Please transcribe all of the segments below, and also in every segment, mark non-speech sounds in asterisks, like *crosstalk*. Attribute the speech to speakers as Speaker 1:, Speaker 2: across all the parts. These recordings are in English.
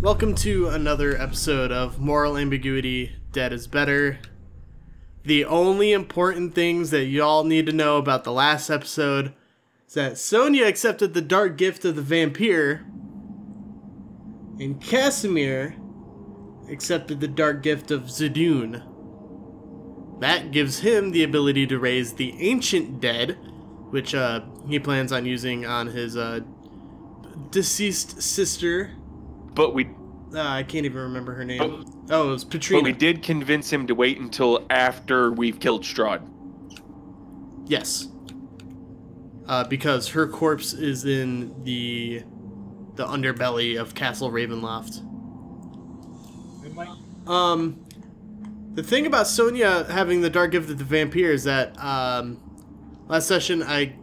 Speaker 1: Welcome to another episode of Moral Ambiguity Dead is Better. The only important things that y'all need to know about the last episode is that Sonia accepted the dark gift of the vampire, and Casimir accepted the dark gift of Zidune. That gives him the ability to raise the ancient dead, which uh, he plans on using on his uh, deceased sister.
Speaker 2: But we
Speaker 1: Uh, I can't even remember her name.
Speaker 2: Oh.
Speaker 1: oh, it was Patrina.
Speaker 2: but we did convince him to wait until after we've killed Strahd.
Speaker 1: Yes. Uh, because her corpse is in the the underbelly of Castle Ravenloft.
Speaker 3: It might
Speaker 1: Um, the thing about Sonya having the dark gift of the vampire is that um, last session I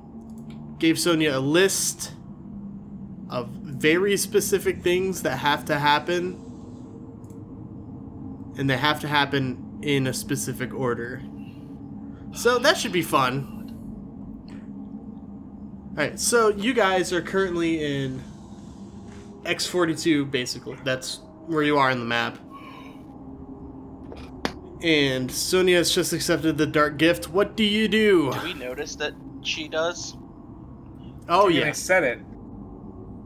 Speaker 1: gave Sonya a list of very specific things that have to happen, and they have to happen in a specific order. So that should be fun. All right, so you guys are currently in X42, basically. That's where you are in the map and Sonia has just accepted the dark gift. What do you do?
Speaker 4: Do we notice that she does?
Speaker 1: Oh
Speaker 3: I
Speaker 1: yes,
Speaker 3: said it.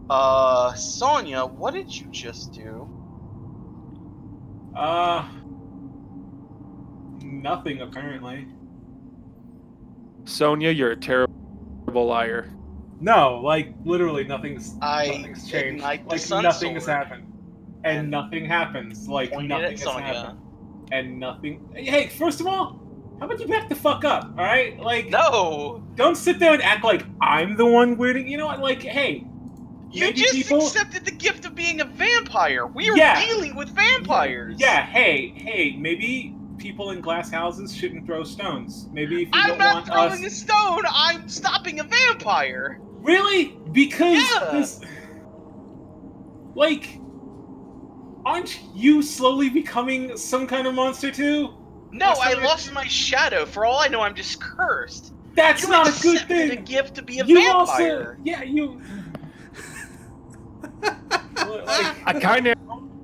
Speaker 4: Uh, Sonya, what did you just do?
Speaker 3: Uh nothing apparently.
Speaker 2: Sonia, you're a terrible liar.
Speaker 3: No, like literally nothing's
Speaker 4: I
Speaker 3: nothing's changed.
Speaker 4: ignite the
Speaker 3: Like
Speaker 4: sun
Speaker 3: nothing's
Speaker 4: sword.
Speaker 3: happened. And,
Speaker 4: And
Speaker 3: nothing happens. Like
Speaker 4: Pointed
Speaker 3: nothing
Speaker 4: at
Speaker 3: has
Speaker 4: Sonya.
Speaker 3: happened. And nothing Hey, first of all, how about you back the fuck up, alright? Like
Speaker 4: No,
Speaker 3: don't sit there and act like I'm the one weirding you know what, like hey,
Speaker 4: you
Speaker 3: Maybe
Speaker 4: just
Speaker 3: people-
Speaker 4: accepted the gift of being a vampire. We are
Speaker 3: Yeah.
Speaker 4: dealing with vampires.
Speaker 3: Yeah, hey, hey, maybe people in glass houses shouldn't throw stones. Maybe if you
Speaker 4: I'm
Speaker 3: don't
Speaker 4: not
Speaker 3: want
Speaker 4: throwing
Speaker 3: us
Speaker 4: a stone. I'm stopping a vampire.
Speaker 3: Really? Because
Speaker 4: Yeah.
Speaker 3: this like aren't you slowly becoming some kind of monster too?
Speaker 4: No,
Speaker 3: That's
Speaker 4: I
Speaker 3: not-
Speaker 4: lost my shadow. For all I know, I'm just cursed.
Speaker 3: That's
Speaker 4: you
Speaker 3: not a
Speaker 4: accepted
Speaker 3: good
Speaker 4: A
Speaker 3: thing.
Speaker 4: gift to be a
Speaker 3: you also
Speaker 4: vampire.
Speaker 2: *laughs*
Speaker 3: Yeah, you like,
Speaker 2: I kind of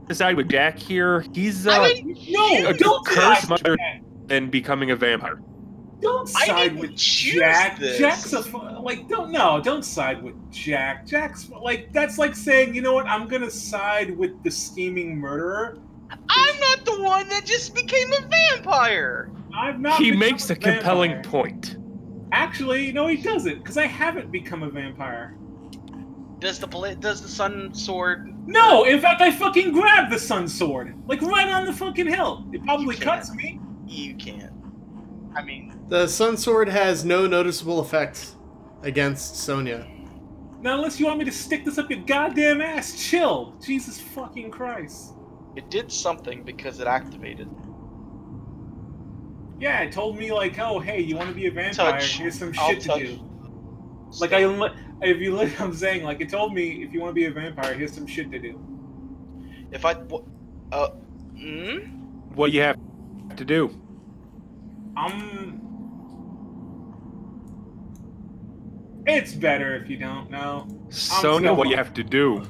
Speaker 2: decide with Jack here. He's
Speaker 4: I
Speaker 2: uh,
Speaker 4: didn't
Speaker 3: no,
Speaker 2: a
Speaker 4: choose
Speaker 3: don't
Speaker 4: this.
Speaker 2: curse
Speaker 3: side
Speaker 2: mother than becoming a vampire.
Speaker 3: don't
Speaker 4: I
Speaker 3: side
Speaker 4: didn't
Speaker 3: with
Speaker 4: choose
Speaker 3: Jack.
Speaker 4: this.
Speaker 3: Jack's a fu- like don't no, don't side with Jack. Jack's like that's like saying, you know what, I'm gonna side with the scheming murderer.
Speaker 4: I'm not the one that just became a vampire.
Speaker 3: I've not
Speaker 2: he
Speaker 3: become
Speaker 2: makes a compelling
Speaker 3: vampire.
Speaker 2: point.
Speaker 3: Actually, no, he doesn't, because I haven't become a vampire.
Speaker 4: Does the bla- does the sun sword
Speaker 3: No, in fact, I fucking grabbed the sun sword, like right on the fucking hill. It probably
Speaker 4: You can't.
Speaker 3: cuts me.
Speaker 4: You can't. I mean,
Speaker 1: the sun sword has no noticeable effect against Sonya.
Speaker 3: Now, unless you want me to stick this up your goddamn ass, chill. Jesus fucking Christ.
Speaker 4: it did something because it activated.
Speaker 3: Yeah, it told me like, oh hey, you want to be a vampire?
Speaker 4: Touch.
Speaker 3: Here's some
Speaker 4: I'll
Speaker 3: shit to
Speaker 4: touch.
Speaker 3: do. Like I, li- if you li- *laughs* I'm saying like it told me if you want to be a vampire, here's some shit to do.
Speaker 4: If I, w- uh, mm?
Speaker 2: What do you have to do?
Speaker 3: Um, it's better if you don't know.
Speaker 2: Sonia, what do you
Speaker 3: someone.
Speaker 2: have to do?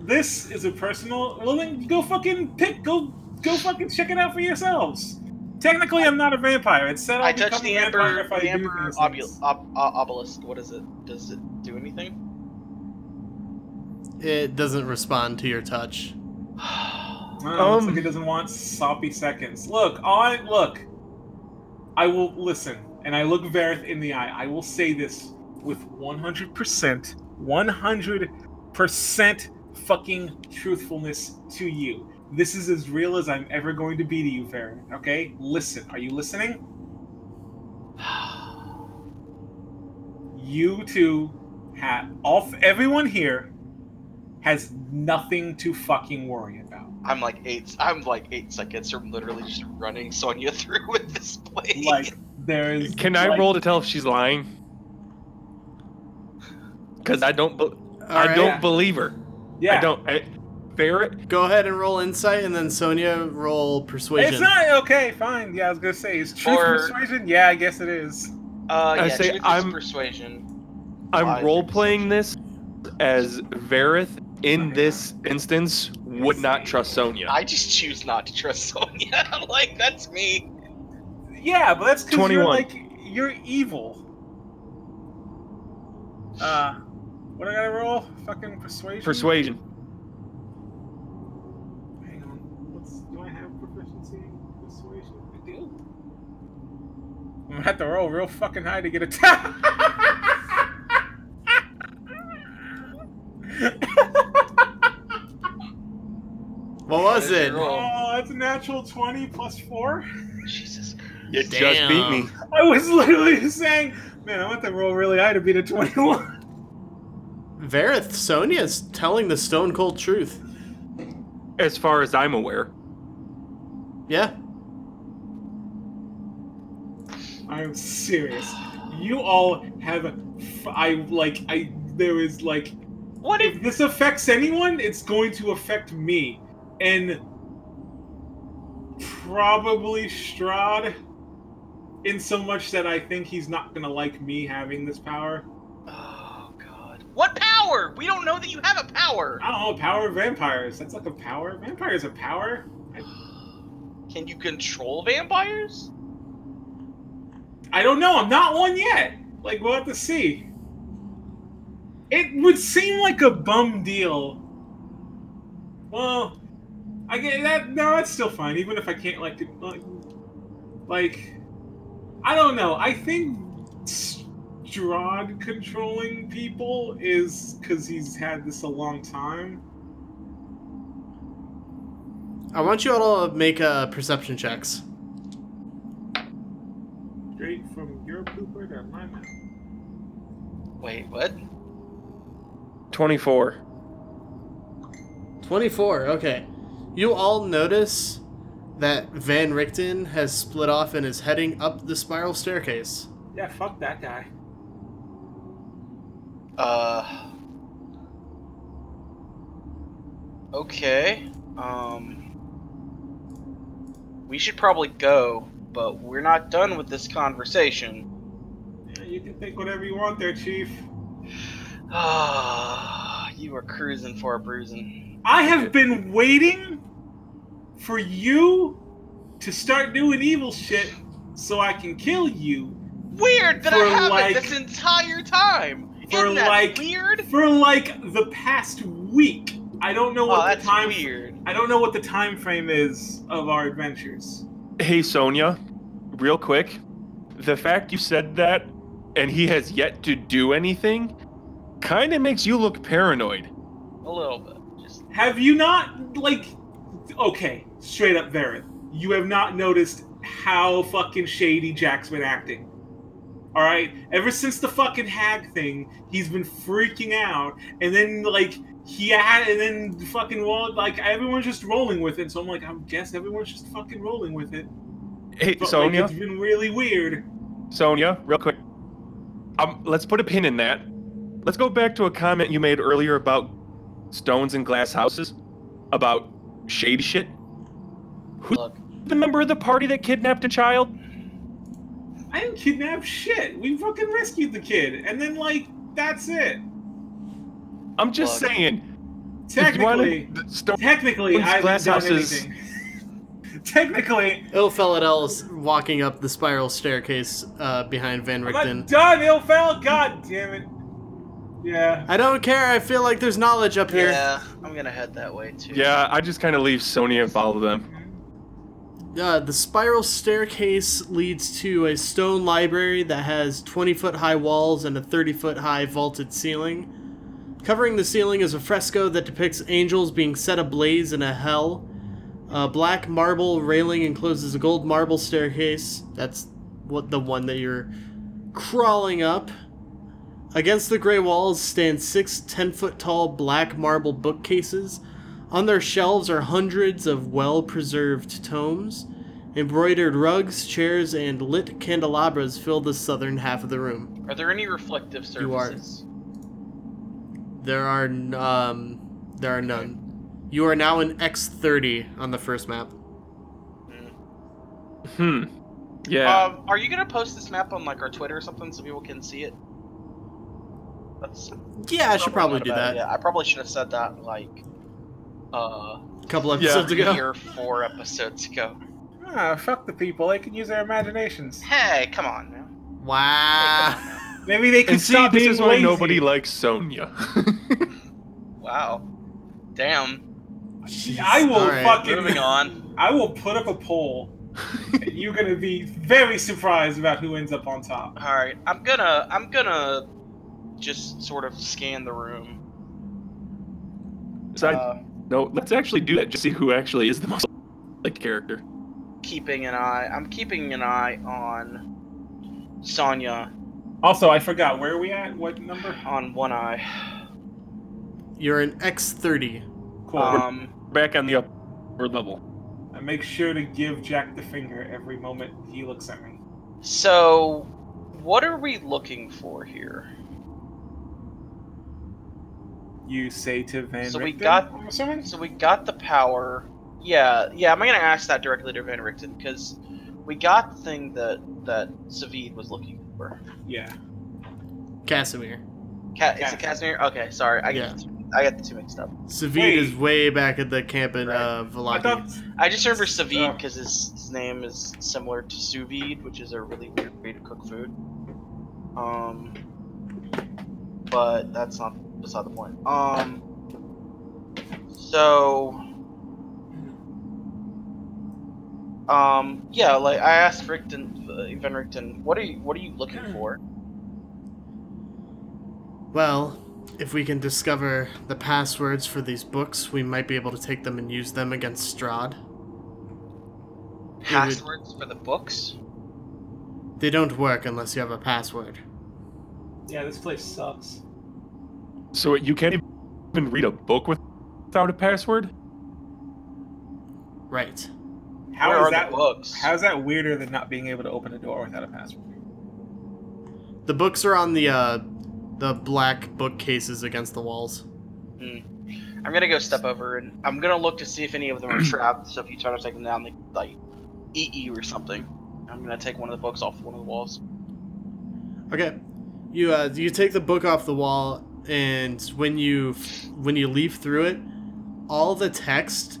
Speaker 3: This is a personal. Well, then go fucking pick. Go go fucking check it out for yourselves. Technically, I'm not a vampire. It said I'll
Speaker 4: I touched
Speaker 3: become
Speaker 4: the
Speaker 3: a vampire
Speaker 4: amber,
Speaker 3: if I
Speaker 4: the
Speaker 3: do
Speaker 4: amber
Speaker 3: these
Speaker 4: obul-
Speaker 3: things.
Speaker 4: ob- uh, obelisk. What is it? Does it do anything?
Speaker 1: It doesn't respond to your touch.
Speaker 3: Oh, looks
Speaker 2: Um.
Speaker 3: like it doesn't want soppy seconds. Look, all I look. I will listen, and I look Vareth in the eye. I will say this with 100%, 100% fucking truthfulness to you. This is as real as I'm ever going to be to you, Vareth. Okay, listen. Are you listening? you two have all everyone here has nothing to fucking worry about.
Speaker 4: I'm like eight. I'm like eight seconds from literally just running Sonya *laughs* through with this blade.
Speaker 3: *laughs* Like there is.
Speaker 2: Can I
Speaker 3: like,
Speaker 2: roll to tell if she's lying? Because I don't, be-
Speaker 1: All
Speaker 2: I
Speaker 1: right,
Speaker 2: don't believe her.
Speaker 3: Yeah.
Speaker 2: I don't. I, Barrett,
Speaker 1: go ahead and roll insight, and then Sonia roll persuasion.
Speaker 3: It's not okay. Fine. Yeah, I was gonna say is truth
Speaker 4: Or-
Speaker 3: persuasion. Yeah, I guess it is.
Speaker 4: uh,
Speaker 2: I
Speaker 4: yeah,
Speaker 2: say
Speaker 4: truth is
Speaker 2: I'm-
Speaker 4: persuasion.
Speaker 2: I'm
Speaker 4: Lies or
Speaker 2: role playing this as Vareth in this instance, would not trust Sonya.
Speaker 4: I just choose not to trust *laughs* Sonya. like that's me.
Speaker 3: Yeah, but that's because you're
Speaker 2: 21.
Speaker 3: like you're evil. Uh, what I gotta roll? Fucking persuasion.
Speaker 2: Persuasion.
Speaker 3: Hang on. What's, do I have proficiency in persuasion? I do. I'm gonna have to roll real fucking high to get a. T- *laughs*
Speaker 1: What was it?
Speaker 4: Roll.
Speaker 3: oh, that's a natural twenty plus four.
Speaker 4: Jesus.
Speaker 2: You just
Speaker 1: Damn.
Speaker 2: beat me.
Speaker 3: I was literally saying, man, I want to roll really high to beat a twenty-one.
Speaker 1: Vareth, Sonya's telling the stone cold truth.
Speaker 2: As far as I'm aware,
Speaker 1: Yeah.
Speaker 3: I'm serious. You all have, a f- I like, I there is like
Speaker 4: What if
Speaker 3: if this affects anyone, it's going to affect me. And probably Strahd, in so much that I think he's not going to like me having this power.
Speaker 4: Oh god. What power? We don't know that you have a power.
Speaker 3: I don't know, power of vampires. That's like a power. Vampires a power?
Speaker 4: Can you control vampires?
Speaker 3: I don't know. I'm not one yet. Like, we'll have to see. It would seem like a bum deal. Well, I get that. No, that's still fine. Even if I can't, like, do- like- like, I don't know. I think Strahd controlling people is because he's had this a long time.
Speaker 1: I want you all to make uh, perception checks.
Speaker 3: Straight from your pooper to my mouth.
Speaker 4: Wait, what?
Speaker 2: 24.
Speaker 1: 24, okay. You all notice that Van Richten has split off and is heading up the spiral staircase.
Speaker 3: Yeah, fuck that guy.
Speaker 4: Uh Okay. Um We should probably go, but we're not done with this conversation. *sighs*
Speaker 3: Yeah, you can think whatever you want there, Chief.
Speaker 4: Ah, you are cruising for a bruising.
Speaker 3: I have been waiting for you to start doing evil shit so I can kill you
Speaker 4: Weird that I
Speaker 3: For
Speaker 4: haven't
Speaker 3: like-
Speaker 4: this entire time.
Speaker 3: for
Speaker 4: Isn't that
Speaker 3: like-
Speaker 4: weird?
Speaker 3: for like the past week. I don't know
Speaker 4: Oh,
Speaker 3: what the
Speaker 4: that's
Speaker 3: time
Speaker 4: weird.
Speaker 3: I don't know what the time frame is of our adventures.
Speaker 2: Hey, Sonia, real quick. The fact you said that and he has yet to do anything kind of makes you look paranoid.
Speaker 4: A little bit. Just
Speaker 3: Have you not like okay, straight up Vareth, you have not noticed how fucking shady Jack's been acting. Alright? Ever since the fucking hag thing, he's been freaking out, and then like he had and then fucking wall like everyone's just rolling with it, so I'm like, I guess everyone's just fucking rolling with it.
Speaker 2: Hey,
Speaker 3: But
Speaker 2: Sonia,
Speaker 3: like, it's been really weird.
Speaker 2: Sonia, real quick. Um, let's put a pin in that. Let's go back to a comment you made earlier about stones and glass houses, about shady shit. Who's
Speaker 4: Look.
Speaker 2: the member of the party that kidnapped a child?
Speaker 3: I didn't kidnap shit. We fucking rescued the kid, and then like that's it.
Speaker 2: I'm just
Speaker 4: Look.
Speaker 2: saying. if you wanna-
Speaker 3: Technically,
Speaker 2: the stone-
Speaker 3: Technically,
Speaker 2: Those
Speaker 3: I haven't
Speaker 2: glass
Speaker 3: done
Speaker 2: houses-
Speaker 3: anything. *laughs* Technically,
Speaker 1: Ilfeladel is walking up the spiral staircase uh, behind Van
Speaker 3: I'm not
Speaker 1: Richten.
Speaker 3: done, Ilfel. God damn it. Yeah.
Speaker 1: I don't care, I feel like there's knowledge up here.
Speaker 4: Yeah, I'm gonna head that way too.
Speaker 2: yeah, I just kind of leave Sonia and follow them.
Speaker 1: Uh, the spiral staircase leads to a stone library that has 20 foot high walls and a 30 foot high vaulted ceiling. Covering the ceiling is a fresco that depicts angels being set ablaze in a hell. A black marble railing encloses a gold marble staircase. That's what the one that you're crawling up. Against the gray walls stand six 10 foot tall black marble bookcases on their shelves are hundreds of well preserved tomes. Embroidered rugs, chairs, and lit candelabras fill the southern half of the room.
Speaker 4: Are there any reflective
Speaker 1: You are.
Speaker 4: surfaces?
Speaker 1: There are n- um, there are none. You are now in X30 on the first map.
Speaker 2: Hmm. Yeah.
Speaker 3: Uh,
Speaker 4: Um, are you gonna post this map on like our Twitter or something so people can see it? That's
Speaker 1: Yeah, I should probably
Speaker 4: not
Speaker 1: do
Speaker 4: bad.
Speaker 1: that.
Speaker 4: Yeah, I probably should have said that like uh
Speaker 1: A couple
Speaker 2: Yeah.
Speaker 1: episodes
Speaker 4: three
Speaker 3: *laughs*
Speaker 1: ago.
Speaker 4: or four episodes ago.
Speaker 3: Ah, fuck the people. They can use their imaginations.
Speaker 4: Hey, come on now.
Speaker 1: Wow.
Speaker 3: Maybe they can
Speaker 2: And see,
Speaker 3: stop
Speaker 2: this
Speaker 3: being
Speaker 2: is why
Speaker 3: lazy.
Speaker 2: nobody likes *laughs* Sonya.
Speaker 4: Wow. Damn.
Speaker 1: Jeez.
Speaker 3: *laughs* I will
Speaker 1: All right.
Speaker 3: fucking.
Speaker 4: Moving on.
Speaker 3: I will put up
Speaker 2: *laughs*
Speaker 3: a poll. and you're gonna be very surprised about who ends up on top.
Speaker 4: All right, I'm gonna I'm gonna just sort of scan the room.
Speaker 2: Aside-
Speaker 4: uh,
Speaker 2: no, let's actually do that. Just see who actually is the most like character.
Speaker 4: keeping an eye. I'm keeping an eye on Sonya
Speaker 3: Also, I forgot where are we at. What number?
Speaker 4: on one eye.
Speaker 1: You're an X30.
Speaker 3: Cool.
Speaker 4: Um,
Speaker 2: Back on the upper level.
Speaker 3: I make sure to give Jack the finger every moment he looks at me.
Speaker 4: so what are we looking for here?
Speaker 3: You say to Van.
Speaker 4: So we
Speaker 3: Richten,
Speaker 4: got-
Speaker 3: I'm assuming.
Speaker 4: So we got the power. Yeah, yeah. I'm gonna ask that directly to Van Richten because we got the thing that that Savid was looking for.
Speaker 3: Yeah.
Speaker 1: Casimir.
Speaker 4: Ca is it Casimir?
Speaker 3: Casimir.
Speaker 4: Okay, sorry, I
Speaker 1: Yeah.
Speaker 4: got I got the two mixed up.
Speaker 1: Savid
Speaker 3: Wait.
Speaker 1: is way back at the camp in
Speaker 4: Right.
Speaker 1: uh,
Speaker 3: I
Speaker 1: Valaki.
Speaker 3: thought.
Speaker 4: I just remember Savid
Speaker 3: Oh.
Speaker 4: because his, his name is similar to sous vide, which is a really weird way to cook food. Um, but that's not beside the point. Um, so, um, yeah, like I asked Richten, uh, Van Richten, what are you what are you looking for?
Speaker 1: Well, if we can discover the passwords for these books, we might be able to take them and use them against Strahd.
Speaker 4: Passwords for the books?
Speaker 1: They don't work unless you have a password.
Speaker 3: Yeah, this place sucks.
Speaker 2: So you can't even read a book with- without a password.
Speaker 1: Right.
Speaker 3: How is
Speaker 4: Where are
Speaker 3: that?
Speaker 4: the books?
Speaker 3: How's that weirder than not being able to open a door without a password?
Speaker 1: The books are on the uh, the black bookcases against the walls.
Speaker 4: I'm gonna go step over and I'm gonna look to see if any of them
Speaker 3: Hmm.
Speaker 4: are trapped. So if you try to take them down, they could, like eat you or something. I'm gonna take one of the books off one of the walls.
Speaker 1: Okay. You uh, you take the book off the wall, and when you when you leaf through it, all the text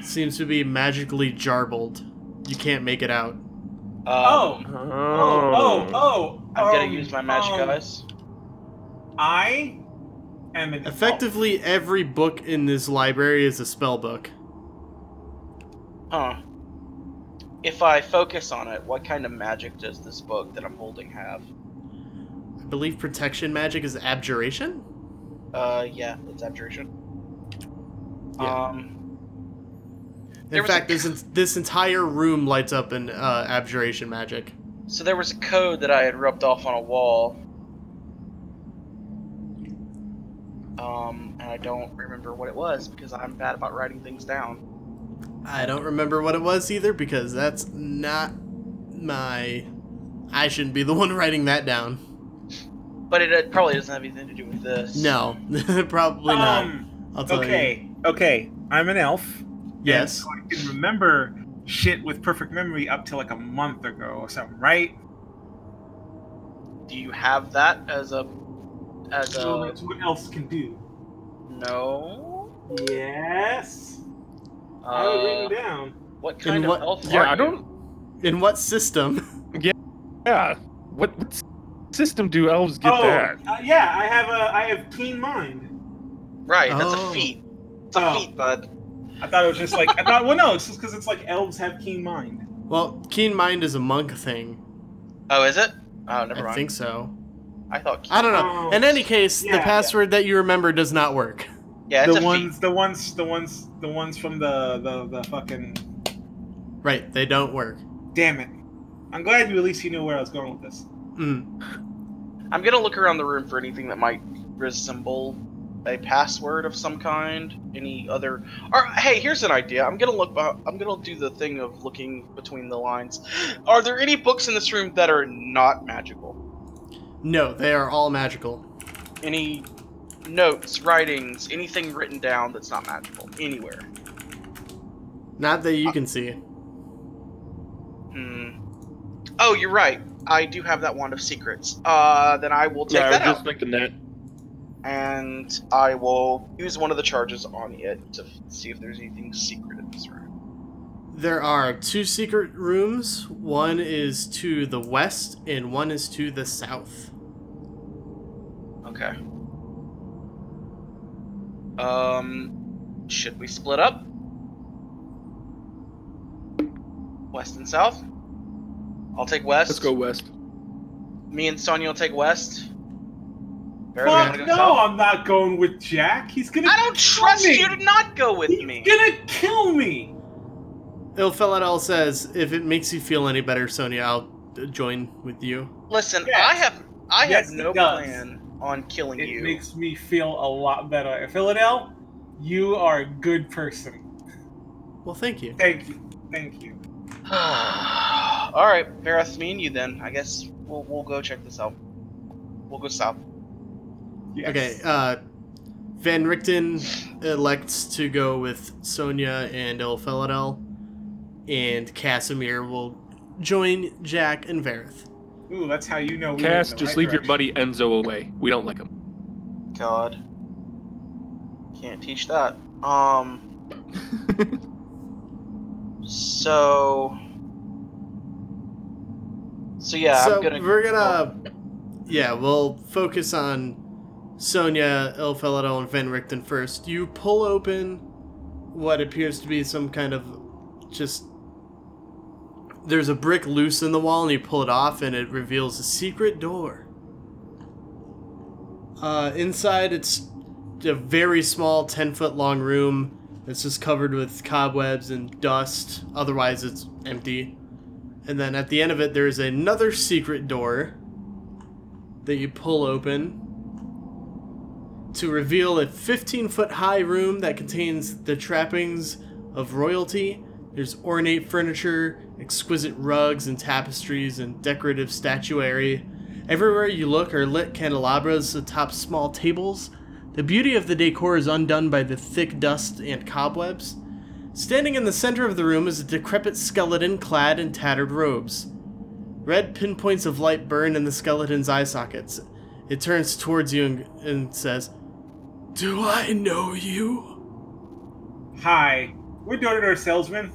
Speaker 1: seems to be magically jarbled. You can't make it out.
Speaker 4: Um,
Speaker 3: Oh.
Speaker 2: Oh,
Speaker 3: Oh, oh,
Speaker 4: I'm gonna
Speaker 3: um,
Speaker 4: use my magic
Speaker 3: um,
Speaker 4: eyes.
Speaker 3: I am an
Speaker 1: Effectively, every book in this library is a spell book.
Speaker 4: Huh. If I focus on it, what kind of magic does this book that I'm holding have?
Speaker 1: I believe protection magic is abjuration.
Speaker 4: Uh, yeah, it's abjuration.
Speaker 1: Yeah.
Speaker 4: Um,
Speaker 1: In
Speaker 4: There was
Speaker 1: fact,
Speaker 4: a-
Speaker 1: this en- this entire room lights up in uh, abjuration magic.
Speaker 4: so there was a code that I had rubbed off on a wall. Um, and I don't remember what it was because I'm bad about writing things down.
Speaker 1: I don't remember what it was either because that's not my. I shouldn't be the one *laughs* writing that down.
Speaker 4: But it, uh probably doesn't have anything to do with this.
Speaker 1: No, *laughs* probably not.
Speaker 3: Um,
Speaker 1: I'll tell you.
Speaker 3: okay, okay. I'm an elf.
Speaker 1: Yes.
Speaker 3: And so I can remember shit with perfect memory up to like a month ago or something, right?
Speaker 4: Do you have that as a as
Speaker 3: So
Speaker 4: a
Speaker 3: that's what elves can do.
Speaker 4: no?
Speaker 3: Yes. I would
Speaker 4: Uh,
Speaker 3: written down.
Speaker 4: what kind
Speaker 1: In
Speaker 4: of
Speaker 1: what-
Speaker 4: elf
Speaker 2: Yeah,
Speaker 4: are
Speaker 2: I
Speaker 4: you?
Speaker 2: don't.
Speaker 1: In what system? *laughs*
Speaker 2: Yeah, what, what s- system do elves get
Speaker 3: oh,
Speaker 2: that?
Speaker 3: uh, yeah. I have a I have keen mind.
Speaker 4: Right, that's
Speaker 1: Oh.
Speaker 4: a feat. It's a
Speaker 3: Oh.
Speaker 4: feat, bud.
Speaker 3: I thought it was just like I thought. Well, no, it's just because it's like elves have keen mind.
Speaker 1: Well, keen mind is a monk thing.
Speaker 4: Oh, is it? Oh, never
Speaker 1: I
Speaker 4: mind.
Speaker 1: think so.
Speaker 4: I thought.
Speaker 1: I don't know.
Speaker 3: Oh,
Speaker 1: In any case,
Speaker 3: yeah,
Speaker 1: the
Speaker 3: yeah.
Speaker 1: password that you remember does not work.
Speaker 4: yeah, it's
Speaker 3: the
Speaker 4: a
Speaker 3: ones, the ones, the ones, the ones from the the the fucking.
Speaker 1: Right, they don't work.
Speaker 3: Damn it! I'm glad you at least you knew where I was going with this.
Speaker 1: Mm.
Speaker 4: feat. I'm gonna look around the room for anything that might resemble a password of some kind. Any other? Or hey, here's an idea. I'm gonna look. beh- I'm gonna do the thing of looking between the lines. *gasps* Are there any books in this room that are not magical?
Speaker 1: No, they are all magical.
Speaker 4: any notes, writings, anything written down that's not magical anywhere.
Speaker 1: Not that you can see.
Speaker 4: Hmm. Oh, you're right. I do have that wand of secrets. Uh, then I will take
Speaker 2: yeah, I was
Speaker 4: that out.
Speaker 2: just thinking that.
Speaker 4: and I will use one of the charges on it to f- see if there's anything secret in this room.
Speaker 1: There are two secret rooms. One is to the west, and one is to the south.
Speaker 4: Okay. Um, should we split up? West and south. I'll take west.
Speaker 2: Let's go west.
Speaker 4: Me and Sonya will take west. Barrett, you wanna
Speaker 3: Fuck
Speaker 4: go
Speaker 3: no,
Speaker 4: south?
Speaker 3: I'm not going with Jack. He's gonna.
Speaker 4: I don't
Speaker 3: kill
Speaker 4: trust
Speaker 3: me.
Speaker 4: you to not go with
Speaker 3: He's
Speaker 4: me.
Speaker 3: gonna kill me.
Speaker 1: Ilfeladel says, if it makes you feel any better, Sonia, I'll uh, join with you.
Speaker 4: Listen,
Speaker 3: Yes.
Speaker 4: I have I
Speaker 3: Yes,
Speaker 4: have
Speaker 3: it
Speaker 4: no
Speaker 3: does.
Speaker 4: plan on killing
Speaker 3: It
Speaker 4: you.
Speaker 3: makes me feel a lot better. Philadel, you are a good person.
Speaker 1: Well, thank you.
Speaker 3: Thank you. Thank you.
Speaker 4: *sighs* All right, Barath, me and you then. I guess we'll we'll go check this out. We'll go south.
Speaker 3: Yes.
Speaker 1: Okay, uh, Van Richten elects to go with Sonia and Ilfeladel, and Casimir will join Jack and Vareth.
Speaker 3: Ooh, that's how you know. we went in
Speaker 2: Cass,
Speaker 3: the
Speaker 2: just
Speaker 3: right
Speaker 2: leave your
Speaker 3: direction.
Speaker 2: buddy Enzo away. We don't like him.
Speaker 4: God, can't teach that. Um. so. So yeah,
Speaker 1: so
Speaker 4: I'm gonna.
Speaker 1: we're gonna, yeah, we'll focus on Sonia, Ilfeladel, and Van Richten first. You pull open what appears to be some kind of just. There's a brick loose in the wall, and you pull it off, and it reveals a secret door. Uh, inside, it's a very small, ten foot long room. that's just covered with cobwebs and dust. Otherwise, it's empty. And then at the end of it, there's another secret door that you pull open to reveal a 15 foot high room that contains the trappings of royalty. There's ornate furniture, exquisite rugs and tapestries, and decorative statuary. Everywhere you look are lit candelabras atop small tables. The beauty of the decor is undone by the thick dust and cobwebs. Standing in the center of the room is a decrepit skeleton clad in tattered robes. Red pinpoints of light burn in the skeleton's eye sockets. It turns towards you and, and says, Do I know you?
Speaker 3: Hi, we're door-to-door salesmen.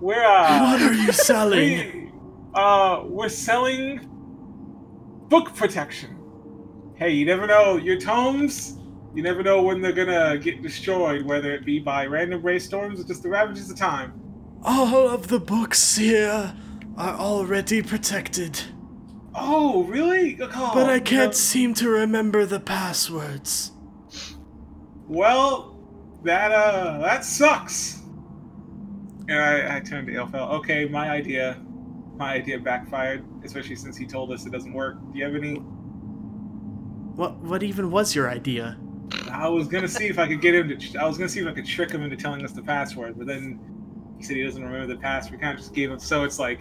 Speaker 3: we're
Speaker 1: *laughs*
Speaker 3: uh,
Speaker 1: what are you
Speaker 3: *laughs*
Speaker 1: selling?
Speaker 3: we, uh, we're selling book protection. Hey, you never know your tomes. You never know when they're gonna get destroyed, whether it be by random rainstorms or just the ravages of time.
Speaker 1: All of the books here are already protected,
Speaker 3: Oh, really? Oh,
Speaker 1: but I
Speaker 3: you
Speaker 1: can't
Speaker 3: know-
Speaker 1: seem to remember the passwords.
Speaker 3: Well, that uh, that sucks. And I, I turned to Ilfel. Okay, my idea, my idea backfired, especially since he told us it doesn't work. Do you have any?
Speaker 1: What, what even was your idea?
Speaker 3: I was gonna see if I could get him to. I was gonna see if I could trick him into telling us the password, but then he said he doesn't remember the password. We kind of just gave him. So it's like,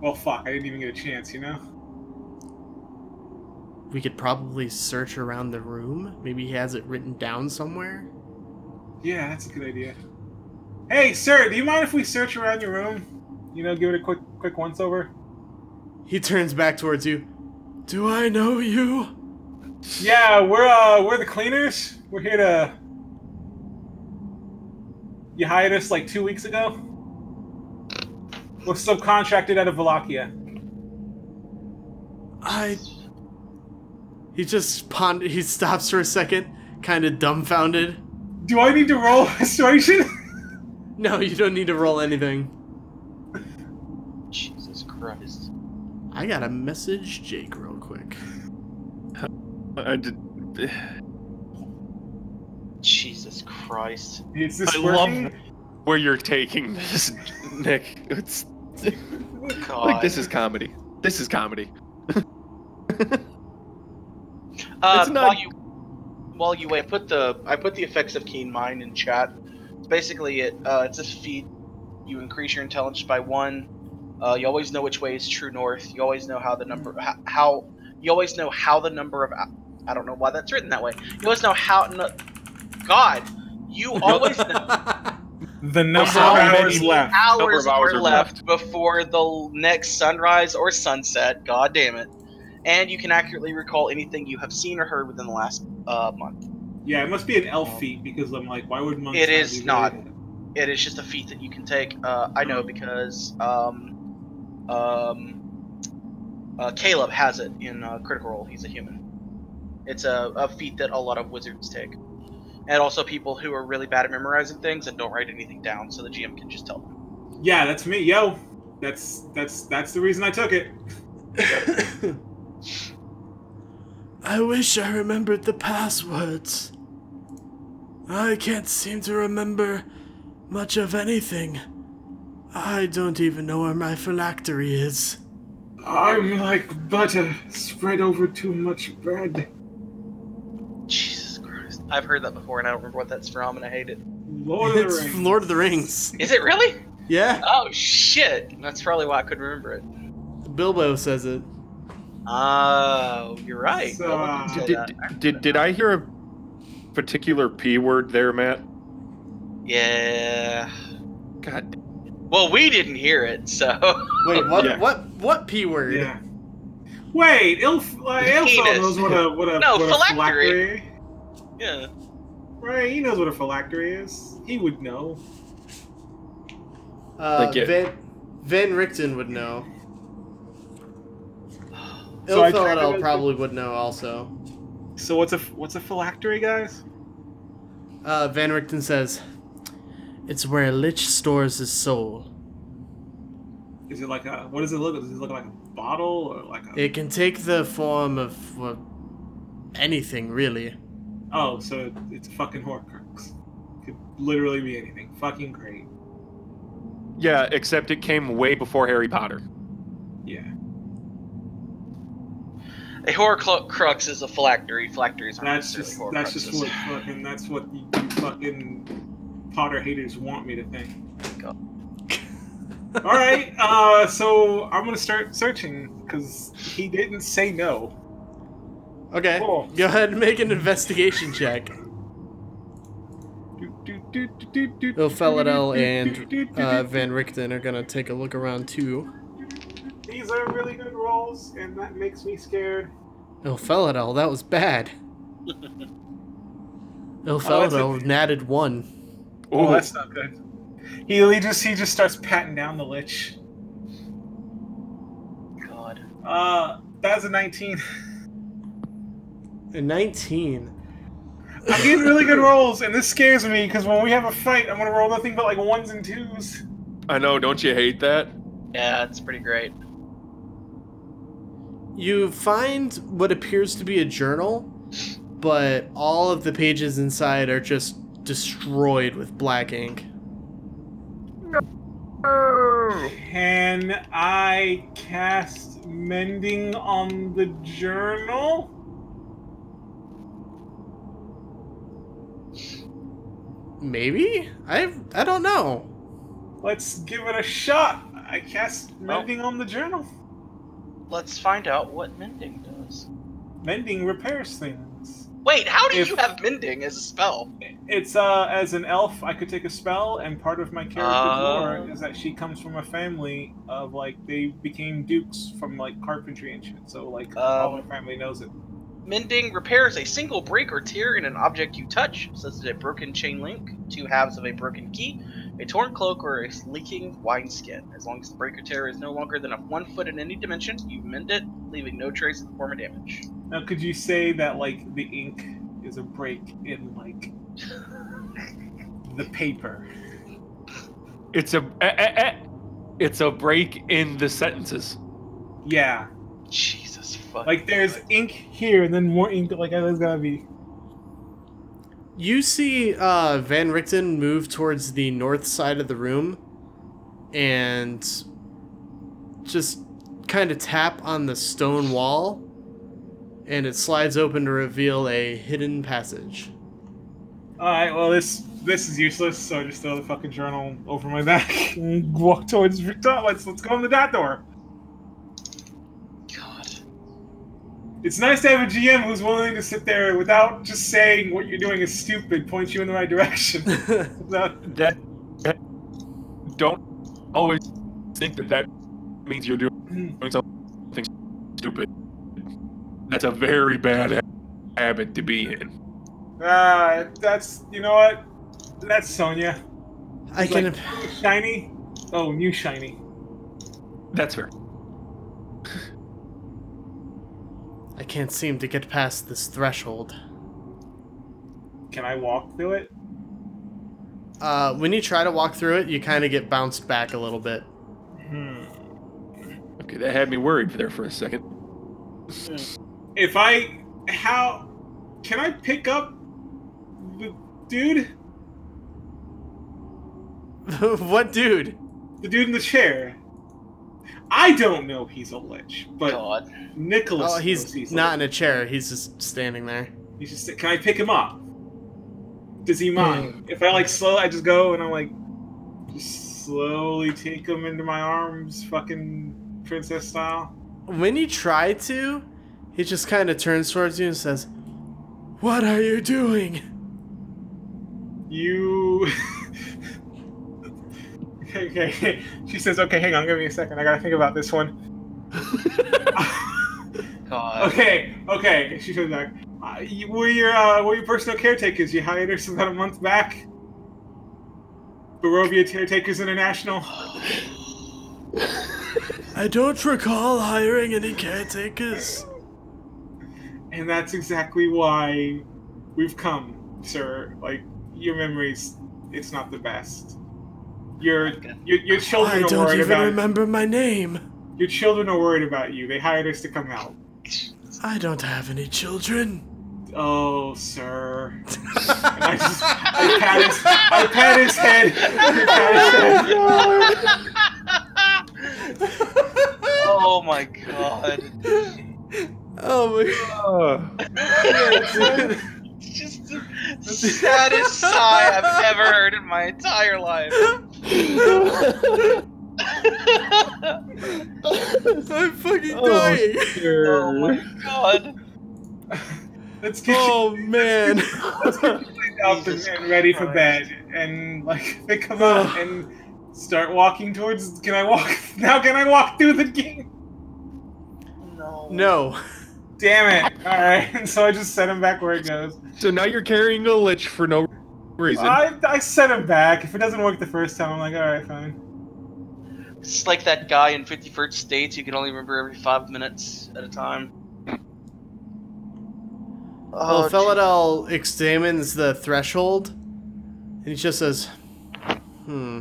Speaker 3: well, fuck, I didn't even get a chance, you know?
Speaker 1: We could probably search around the room. Maybe he has it written down somewhere.
Speaker 3: Yeah, that's a good idea. Hey, sir, do you mind if we search around your room? You know, give it a quick, quick once over.
Speaker 1: He turns back towards you. Do I know you?
Speaker 3: Yeah, we're uh we're the cleaners. We're here to You hired us like two weeks ago? We're subcontracted out of Wallachia.
Speaker 1: I. He just ponder. He stops for a second, kind of dumbfounded.
Speaker 3: Do I need to roll *laughs* persuasion?
Speaker 1: No, you don't need to roll anything.
Speaker 4: Oh, Jesus Christ.
Speaker 1: I gotta message Jake real *laughs* quick.
Speaker 2: I did. *sighs*
Speaker 4: Jesus Christ.
Speaker 3: Is this
Speaker 2: I
Speaker 3: working?
Speaker 2: love where you're taking this, *laughs* Nick. It's
Speaker 4: God.
Speaker 2: like this is comedy. This is comedy.
Speaker 4: Uh,
Speaker 2: It's not-
Speaker 4: while you while you wait, I put the I put the effects of keen mind in chat. It's basically it. Uh, it's a feat. You increase your intelligence by one. Uh, you always know which way is true north. You always know how the number
Speaker 2: Hmm.
Speaker 4: ho- how you always know how the number of hou- I don't know why that's written that way. You always know how. No, God,
Speaker 2: *laughs*
Speaker 4: you always know
Speaker 3: The number of
Speaker 4: How
Speaker 3: hours
Speaker 2: many-
Speaker 3: left.
Speaker 4: hours,
Speaker 2: Number of hours
Speaker 4: are
Speaker 2: are
Speaker 4: left before the next sunrise or sunset. God damn it! and you can accurately recall anything you have seen or heard within the last uh, month.
Speaker 3: Yeah, it must be an elf feat because I'm like, why would monks?
Speaker 4: It
Speaker 3: not
Speaker 4: is
Speaker 3: be
Speaker 4: not.
Speaker 3: related?
Speaker 4: It is just a feat that you can take. Uh, I know because um, um, uh, Caleb has it in uh, Critical Role. He's a human. It's a, a feat that a lot of wizards take, and also people who are really bad at memorizing things and don't write anything down, so the GM can just tell them.
Speaker 3: Yeah, that's me, yo. That's that's that's the reason I took it.
Speaker 1: I wish I remembered the passwords. I can't seem to remember much of anything. I don't even know where my phylactery is.
Speaker 3: I'm like butter spread over too much bread.
Speaker 4: Jesus Christ! I've heard that before, and I don't remember what that's from, and I hate it.
Speaker 3: Lord of the
Speaker 1: It's
Speaker 3: Rings.
Speaker 1: from Lord of the Rings.
Speaker 4: Is it really?
Speaker 1: Yeah,
Speaker 4: Oh shit! That's probably why I couldn't remember it.
Speaker 1: Bilbo says it.
Speaker 4: Oh, you're right.
Speaker 3: So, uh,
Speaker 4: I wouldn't say
Speaker 2: Did,
Speaker 4: that.
Speaker 2: did, did, did I hear a particular P word there, Matt?
Speaker 4: Yeah.
Speaker 2: God.
Speaker 4: Well, we didn't hear it, so *laughs*
Speaker 1: Wait, what?
Speaker 2: Yeah.
Speaker 1: What? What p word?
Speaker 3: Yeah. Wait, Ilf, uh, Ilf
Speaker 4: Penis.
Speaker 3: knows what a what
Speaker 4: *laughs*
Speaker 3: a
Speaker 4: No,
Speaker 3: what a
Speaker 4: phylactery.
Speaker 3: phylactery.
Speaker 4: yeah.
Speaker 3: Right, he knows what a phylactery is. He would know.
Speaker 1: Uh,
Speaker 2: Like it.
Speaker 1: Van Van Richten would know.
Speaker 3: So I
Speaker 1: Ilfil
Speaker 3: tried
Speaker 1: et
Speaker 3: to
Speaker 1: al.
Speaker 3: go-
Speaker 1: probably would know also.
Speaker 3: So what's a what's a phylactery, guys?
Speaker 1: Uh, Van Richten says, "It's where a lich stores his soul.
Speaker 3: Is it like a what does it look? Does it look like a bottle or like a?
Speaker 1: It can take the form of well, anything, really.
Speaker 3: oh, so it's a fucking Horcrux. Could literally be anything. Fucking great.
Speaker 2: Yeah, except it came way before Harry Potter.
Speaker 3: Yeah.
Speaker 4: A horcrux is a phylactery. Phylacteries aren't
Speaker 3: That's
Speaker 4: necessarily horcruxes.
Speaker 3: just that's just what fucking that's what you, you fucking Potter haters want me to think. *laughs*
Speaker 4: God.
Speaker 3: All right, uh, so I'm gonna start searching because he didn't say no.
Speaker 1: Okay,
Speaker 3: Cool.
Speaker 1: go ahead and make an investigation
Speaker 3: *laughs*
Speaker 1: check. Bill Felidel and uh, Van Richten are gonna take a look around too.
Speaker 3: These are really good rolls, and that makes me scared.
Speaker 1: Il Felidel, Oh, that was *laughs* bad. Il
Speaker 3: that's a-
Speaker 1: Felidel natted one.
Speaker 3: Oh,
Speaker 2: Ooh.
Speaker 3: that's not good. He, he just he just starts patting down the lich.
Speaker 4: Oh, God.
Speaker 3: Uh, that's a 19.
Speaker 1: A 19.
Speaker 3: I'm getting really good rolls, and this scares me because when we have a fight, I'm gonna roll nothing but like ones and twos.
Speaker 2: I know, don't you hate that?
Speaker 4: Yeah, it's pretty great.
Speaker 1: You find what appears to be a journal, but all of the pages inside are just destroyed with black ink.
Speaker 3: Can I cast mending on the journal?
Speaker 1: Maybe? I I don't know.
Speaker 3: Let's give it a shot. I cast mending on the journal.
Speaker 4: Let's find out what mending does.
Speaker 3: Mending repairs things.
Speaker 4: Wait, how do
Speaker 3: If-
Speaker 4: you have mending as a spell?
Speaker 3: It's uh as an elf, I could take a spell, and part of my character's
Speaker 4: Oh.
Speaker 3: lore is that she comes from a family of like they became dukes from like carpentry and shit. So like all
Speaker 4: Um.
Speaker 3: her family knows it.
Speaker 4: Mending repairs a single break or tear in an object you touch, such as a broken chain link, two halves of a broken key, a torn cloak, or a leaking wineskin. As long as the break or tear is no longer than a one foot in any dimension, you mend it, leaving no trace of the former damage.
Speaker 3: Now, could you say that like the ink is a break in like the paper?
Speaker 2: It's a eh, eh, eh. it's a break in the sentences.
Speaker 3: Yeah,
Speaker 4: Jesus fuck.
Speaker 3: like there's ink here and then more ink. Like there's gotta be.
Speaker 1: You see uh, Van Richten move towards the north side of the room and just kind of tap on the stone wall, and it slides open to reveal a hidden passage.
Speaker 3: All right, well this this is useless. So I just throw the fucking journal over my back and walk towards the door. Let's let's go in the that door.
Speaker 4: God.
Speaker 3: It's nice to have a GM who's willing to sit there without just saying what you're doing is stupid, point you in the right direction. *laughs* Without-
Speaker 2: That, that don't always think that that means you're doing something stupid. That's a very bad ha- habit to be in.
Speaker 3: Ah, that's you know what? That's Sonya.
Speaker 1: I can.
Speaker 3: Like- Shiny. Oh, new shiny.
Speaker 2: That's fair.
Speaker 1: I can't seem to get past this threshold.
Speaker 3: Can I walk through it?
Speaker 1: Uh, when you try to walk through it, you kind of get bounced back a little bit. *laughs*
Speaker 3: Hmm.
Speaker 2: Okay, that had me worried there for a second.
Speaker 3: If I how can I pick up the dude?
Speaker 1: what dude?
Speaker 3: The dude in the chair. I don't know he's a lich, but
Speaker 4: God.
Speaker 3: Nicholas.
Speaker 1: Oh,
Speaker 3: knows
Speaker 1: he's
Speaker 3: he's
Speaker 1: not
Speaker 3: A
Speaker 1: in a chair. He's just standing there.
Speaker 3: lich. He's just. Can I pick him up? Does
Speaker 1: Hmm.
Speaker 3: he mind if I like slow? I just go and I'm like, just slowly take him into my arms, fucking princess style.
Speaker 1: When you try to, he just kind of turns towards you and says, "What are you doing?"
Speaker 3: You. *laughs* okay. She says, okay, hang on, give me a second. I gotta think about this one.
Speaker 4: God.
Speaker 3: okay, okay. She comes back. Uh, you, were your uh, were your personal caretakers? You hired us about a month back. Barovia Caretakers International.
Speaker 1: I don't recall hiring any caretakers.
Speaker 3: And that's exactly why we've come, sir. Like your memories, it's not the best. Your your, your children
Speaker 1: I
Speaker 3: are
Speaker 1: don't
Speaker 3: worried
Speaker 1: even
Speaker 3: about
Speaker 1: remember my name.
Speaker 3: your children are worried about you. They hired us to come out.
Speaker 1: I don't have any children.
Speaker 3: Oh, sir. And I just I pat his I pat his head. I pat his head.
Speaker 4: oh my god.
Speaker 1: Oh my
Speaker 2: *laughs* Uh,
Speaker 4: Just the saddest sigh I've ever heard in my entire
Speaker 3: *laughs*
Speaker 4: life.
Speaker 1: *laughs* I'm fucking
Speaker 2: Oh.
Speaker 1: dying.
Speaker 4: oh my god.
Speaker 3: Let's get you
Speaker 1: Oh man.
Speaker 3: up and,
Speaker 4: Jesus
Speaker 3: and ready for
Speaker 4: Christ.
Speaker 3: bed. And like *laughs* they come out and start walking towards can I walk *laughs* now can I walk through the gate?
Speaker 4: No.
Speaker 1: No.
Speaker 3: Damn it. Alright. *laughs* And so I just set him back where it goes.
Speaker 2: so now you're carrying a lich for no reason.
Speaker 3: I, I set him back. If it doesn't work the first time, I'm like, alright, fine.
Speaker 4: It's like that guy in 51st States you can only remember every five minutes at a time.
Speaker 1: well,
Speaker 4: Oh,
Speaker 1: Felidel examines the threshold, and he just says, "Hmm,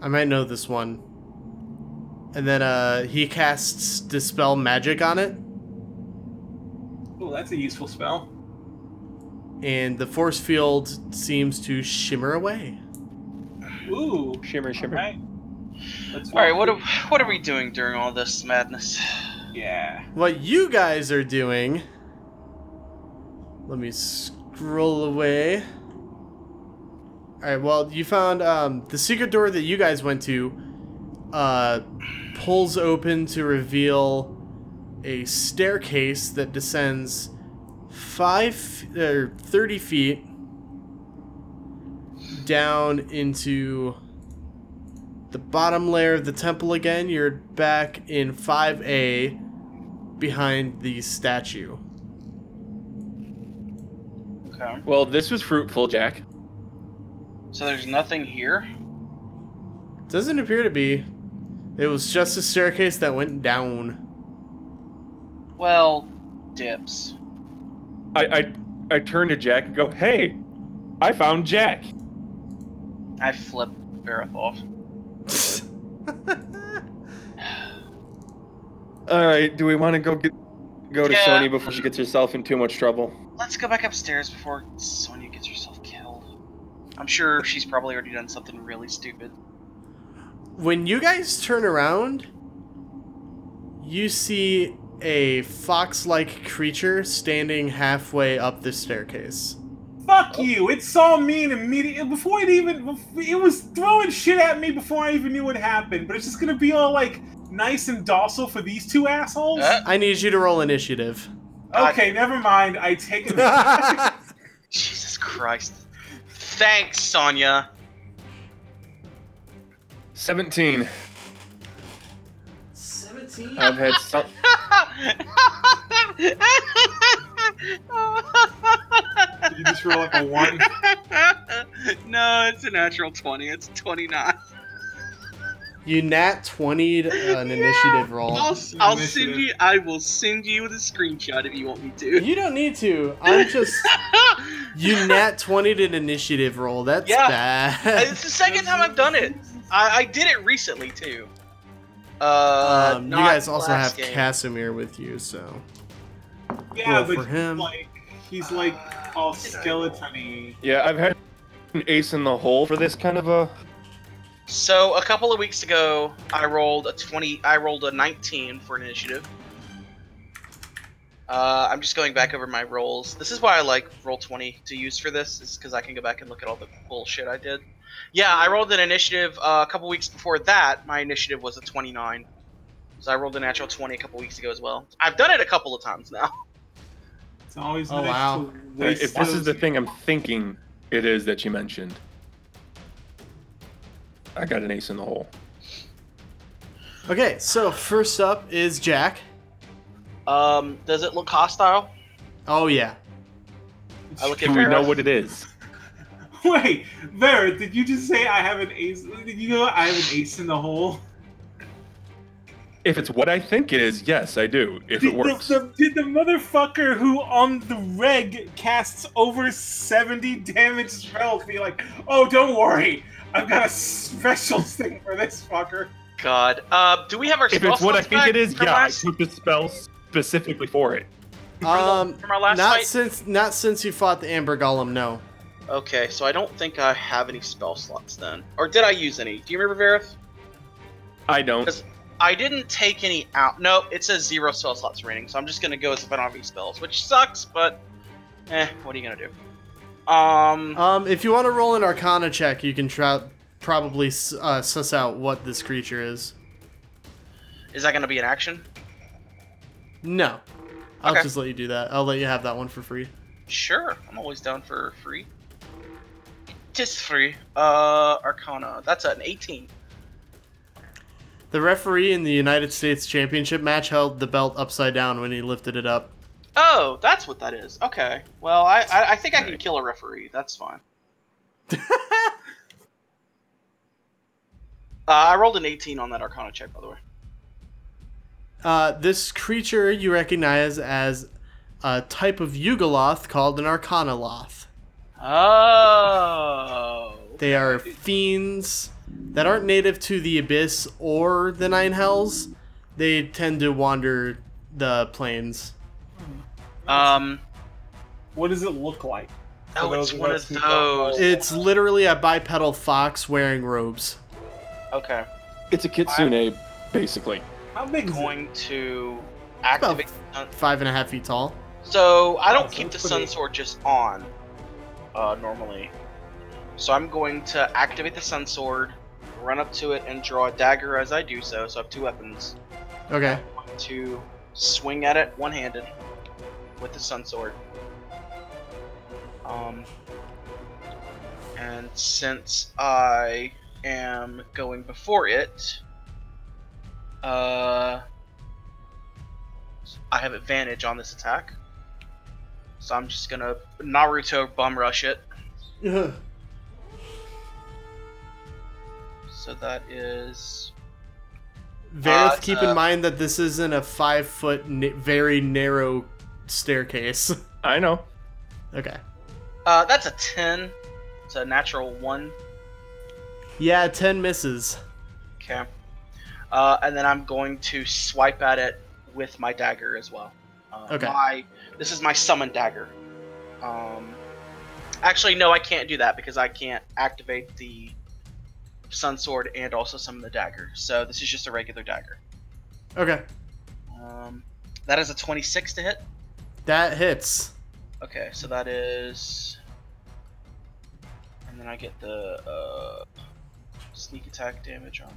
Speaker 1: I might know this one." And then uh, he casts dispel magic on it,
Speaker 3: Oh, that's a useful spell.
Speaker 1: and the force field seems to shimmer away.
Speaker 3: Ooh.
Speaker 2: Shimmer, shimmer.
Speaker 3: Alright. Let's
Speaker 4: All right,
Speaker 3: walk
Speaker 4: what
Speaker 3: through-
Speaker 4: are, what are we doing during all this madness?
Speaker 3: Yeah.
Speaker 1: What you guys are doing? Let me scroll away. All right. Well, you found um, the secret door that you guys went to. Uh, pulls open to reveal a staircase that descends five or thirty feet down into the bottom layer of the temple again. You're back in five A behind the statue.
Speaker 4: Okay.
Speaker 2: Well, this was fruitful, Jack.
Speaker 4: So there's nothing here.
Speaker 1: Doesn't appear to be. It was just a staircase that went down.
Speaker 4: Well, dips.
Speaker 2: I, I I turn to Jack and go, "Hey, I found Jack."
Speaker 4: I flip Barrett off.
Speaker 2: All right, do we want to go get go to
Speaker 4: Yeah.
Speaker 2: Sony before she gets herself in too much trouble?
Speaker 4: Let's go back upstairs before Sonya gets herself killed. I'm sure she's probably already done something really stupid.
Speaker 1: when you guys turn around, you see a fox like creature standing halfway up the staircase.
Speaker 3: Fuck you! It saw me and immediately before it even bef- it was throwing shit at me before I even knew what happened. But it's just gonna be all like nice and docile for these two assholes.
Speaker 4: Uh,
Speaker 1: I need you to roll
Speaker 5: *laughs*
Speaker 1: initiative.
Speaker 3: okay, never mind. I
Speaker 1: *laughs*
Speaker 3: take it.
Speaker 1: Alright,
Speaker 4: Jesus Christ. Thanks, Sonya.
Speaker 2: Seventeen. Seventeen. I've had some,
Speaker 3: Did you just roll like a one?
Speaker 5: *laughs* no, it's a natural 20. It's 29.
Speaker 1: You nat 20 an
Speaker 5: Yeah.
Speaker 1: initiative roll.
Speaker 5: I'll, I'll send you. I will send you the screenshot if you want me to.
Speaker 1: You don't need to. I'm
Speaker 5: *laughs*
Speaker 1: just. You nat 20 an initiative roll. That's
Speaker 4: Yeah.
Speaker 1: bad.
Speaker 5: Uh,
Speaker 4: it's the *laughs* second time I've done it. I, I did it recently too. Uh,
Speaker 1: um, you
Speaker 4: not
Speaker 1: guys also have
Speaker 4: last game.
Speaker 1: Casimir with you, so.
Speaker 3: Yeah,
Speaker 1: Roll
Speaker 3: but
Speaker 1: for him.
Speaker 3: he's like he's like all skeletony.
Speaker 2: Yeah, I've had an ace in the hole for this kind of a.
Speaker 4: So a couple of weeks ago, I rolled a twenty. I rolled a nineteen for initiative. Uh, I'm just going back over my rolls. This is why I like roll twenty to use for this, is because I can go back and look at all the bullshit I did. Yeah, I rolled an initiative uh, a couple weeks before that. My initiative was a twenty-nine, so I rolled a natural twenty a couple weeks ago as well. I've done it a couple of times now. *laughs*
Speaker 3: It's always
Speaker 1: Oh,
Speaker 3: nice
Speaker 1: wow.
Speaker 3: to waste
Speaker 2: If this is the
Speaker 3: those-
Speaker 2: thing I'm thinking it is that you mentioned, I got an ace in the hole.
Speaker 1: Okay, so first up is Jack.
Speaker 4: Um, does it look hostile?
Speaker 1: Oh, yeah.
Speaker 4: I look at
Speaker 2: Do we know
Speaker 4: Vareth.
Speaker 2: what it is?
Speaker 3: *laughs* Wait, Vera, did you just say I have an ace? Did you know I have an ace in the hole?
Speaker 2: If it's what I think it is, yes, I do. If it
Speaker 3: Did
Speaker 2: works.
Speaker 3: The, did the motherfucker who on the reg casts over 70 damage spells be like, oh, don't worry, I've got a special *laughs* thing for this fucker?
Speaker 4: God. Uh, do we have our
Speaker 2: If
Speaker 4: spell
Speaker 2: it's what I
Speaker 4: slots
Speaker 2: think
Speaker 4: back
Speaker 2: it is,
Speaker 4: from
Speaker 2: yeah, I
Speaker 4: last-
Speaker 2: took this spell specifically for it.
Speaker 1: Um,
Speaker 4: from our last
Speaker 1: not
Speaker 4: fight?
Speaker 1: since not since you fought the Amber Golem, no.
Speaker 4: Okay, so I don't think I have any spell slots then. Or did I use any? Do you remember, Vareth?
Speaker 2: I don't.
Speaker 4: Does- I didn't take any out. No, it says zero spell slots remaining, so I'm just gonna go as if I don't have any spells, which sucks, but eh, what are you gonna do? Um,
Speaker 1: Um, if you want to roll an Arcana check, you can try probably s- uh, suss out what this creature is.
Speaker 4: is that gonna be an action?
Speaker 1: No, I'll
Speaker 4: Okay.
Speaker 1: just let you do that. I'll let you have that one for free.
Speaker 4: Sure, I'm always down for free. Just free. Uh, Arcana. That's an 18.
Speaker 1: The referee in the United States Championship match held the belt upside down when he lifted it up.
Speaker 4: Oh, that's what that is. Okay. Well, I I, I think I can kill a referee. That's *laughs* fine. Uh, I rolled an 18 on that Arcana check, by the way.
Speaker 1: Uh, this creature you recognize as a type of Yugoloth called an Arcanoloth.
Speaker 4: Oh.
Speaker 1: They are fiends that aren't native to the Abyss or the Nine Hells. They tend to wander the plains.
Speaker 4: Um.
Speaker 3: What does it look like? For
Speaker 4: Oh,
Speaker 3: those
Speaker 4: it's
Speaker 3: of
Speaker 4: one
Speaker 3: us
Speaker 4: of
Speaker 3: who don't know.
Speaker 4: those.
Speaker 1: It's literally a bipedal fox wearing robes.
Speaker 4: Okay.
Speaker 2: It's a kitsune, basically.
Speaker 3: How big is it? *laughs*
Speaker 4: Going to activate.
Speaker 1: Five and a half feet tall.
Speaker 4: So I don't
Speaker 3: so
Speaker 4: keep the
Speaker 3: it's pretty-
Speaker 4: sun sword just on, uh, normally. So I'm going to activate the sun sword, run up to it, and draw a dagger as I do so. So I have two weapons.
Speaker 1: Okay. *laughs*
Speaker 4: I'm going to swing at it one-handed with the sun sword. Um, and since I am going before it, uh, I have advantage on this attack. So I'm just gonna Naruto bum rush it. So that is
Speaker 1: Vareth,
Speaker 4: Uh, it's,
Speaker 1: keep
Speaker 4: uh,
Speaker 1: in mind that this isn't a five foot, n- very narrow staircase. *laughs*
Speaker 2: I know.
Speaker 1: okay.
Speaker 4: uh, that's a ten. It's a natural one.
Speaker 1: Yeah, 10 misses.
Speaker 4: Okay. Uh, and then I'm going to swipe at it with my dagger as well. Uh,
Speaker 1: Okay.
Speaker 4: My, this is my summon dagger. Um, actually, no, I can't do that because I can't activate the sun sword and also summon the dagger. So this is just a regular dagger.
Speaker 1: Okay.
Speaker 4: Um, that is a 26 to hit.
Speaker 1: That hits.
Speaker 4: Okay, so that is. And then I get the uh, sneak attack damage on that.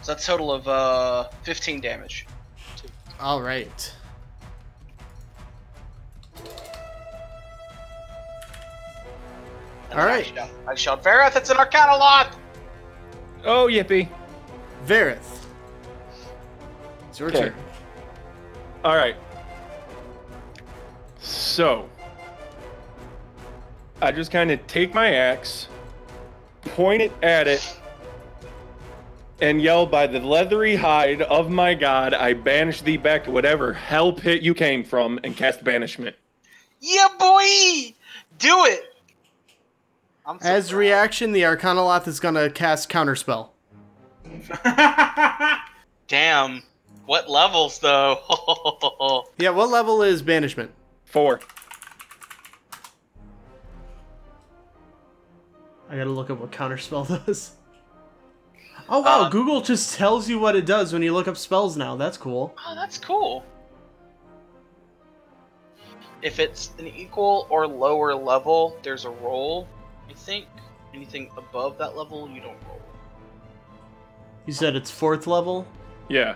Speaker 4: So that's a total of uh, 15 damage.
Speaker 1: All right.
Speaker 4: And
Speaker 1: All
Speaker 4: I
Speaker 1: right.
Speaker 4: shout- I shout, Vareth, it's an Arcana lot!
Speaker 2: Oh, yippee.
Speaker 1: Vareth. It's your
Speaker 2: Okay.
Speaker 1: turn.
Speaker 2: All right. So, I just kind of take my axe, point it at it, and yell, By the leathery hide of my god, I banish thee back to whatever hell pit you came from, and cast banishment.
Speaker 4: Yeah, boy! Do it! I'm so
Speaker 1: As
Speaker 4: proud.
Speaker 1: reaction, the Arcanoloth is gonna cast Counterspell.
Speaker 4: Damn. What levels, though? *laughs*
Speaker 1: Yeah, what level is banishment?
Speaker 2: Four.
Speaker 1: I gotta look up what counterspell *laughs* does. Oh wow,
Speaker 4: Uh,
Speaker 1: Google just tells you what it does when you look up spells now. That's cool.
Speaker 4: Oh, that's cool. If it's an equal or lower level, there's a roll. I think anything above that level, you don't roll.
Speaker 1: You said it's fourth level?
Speaker 2: Yeah.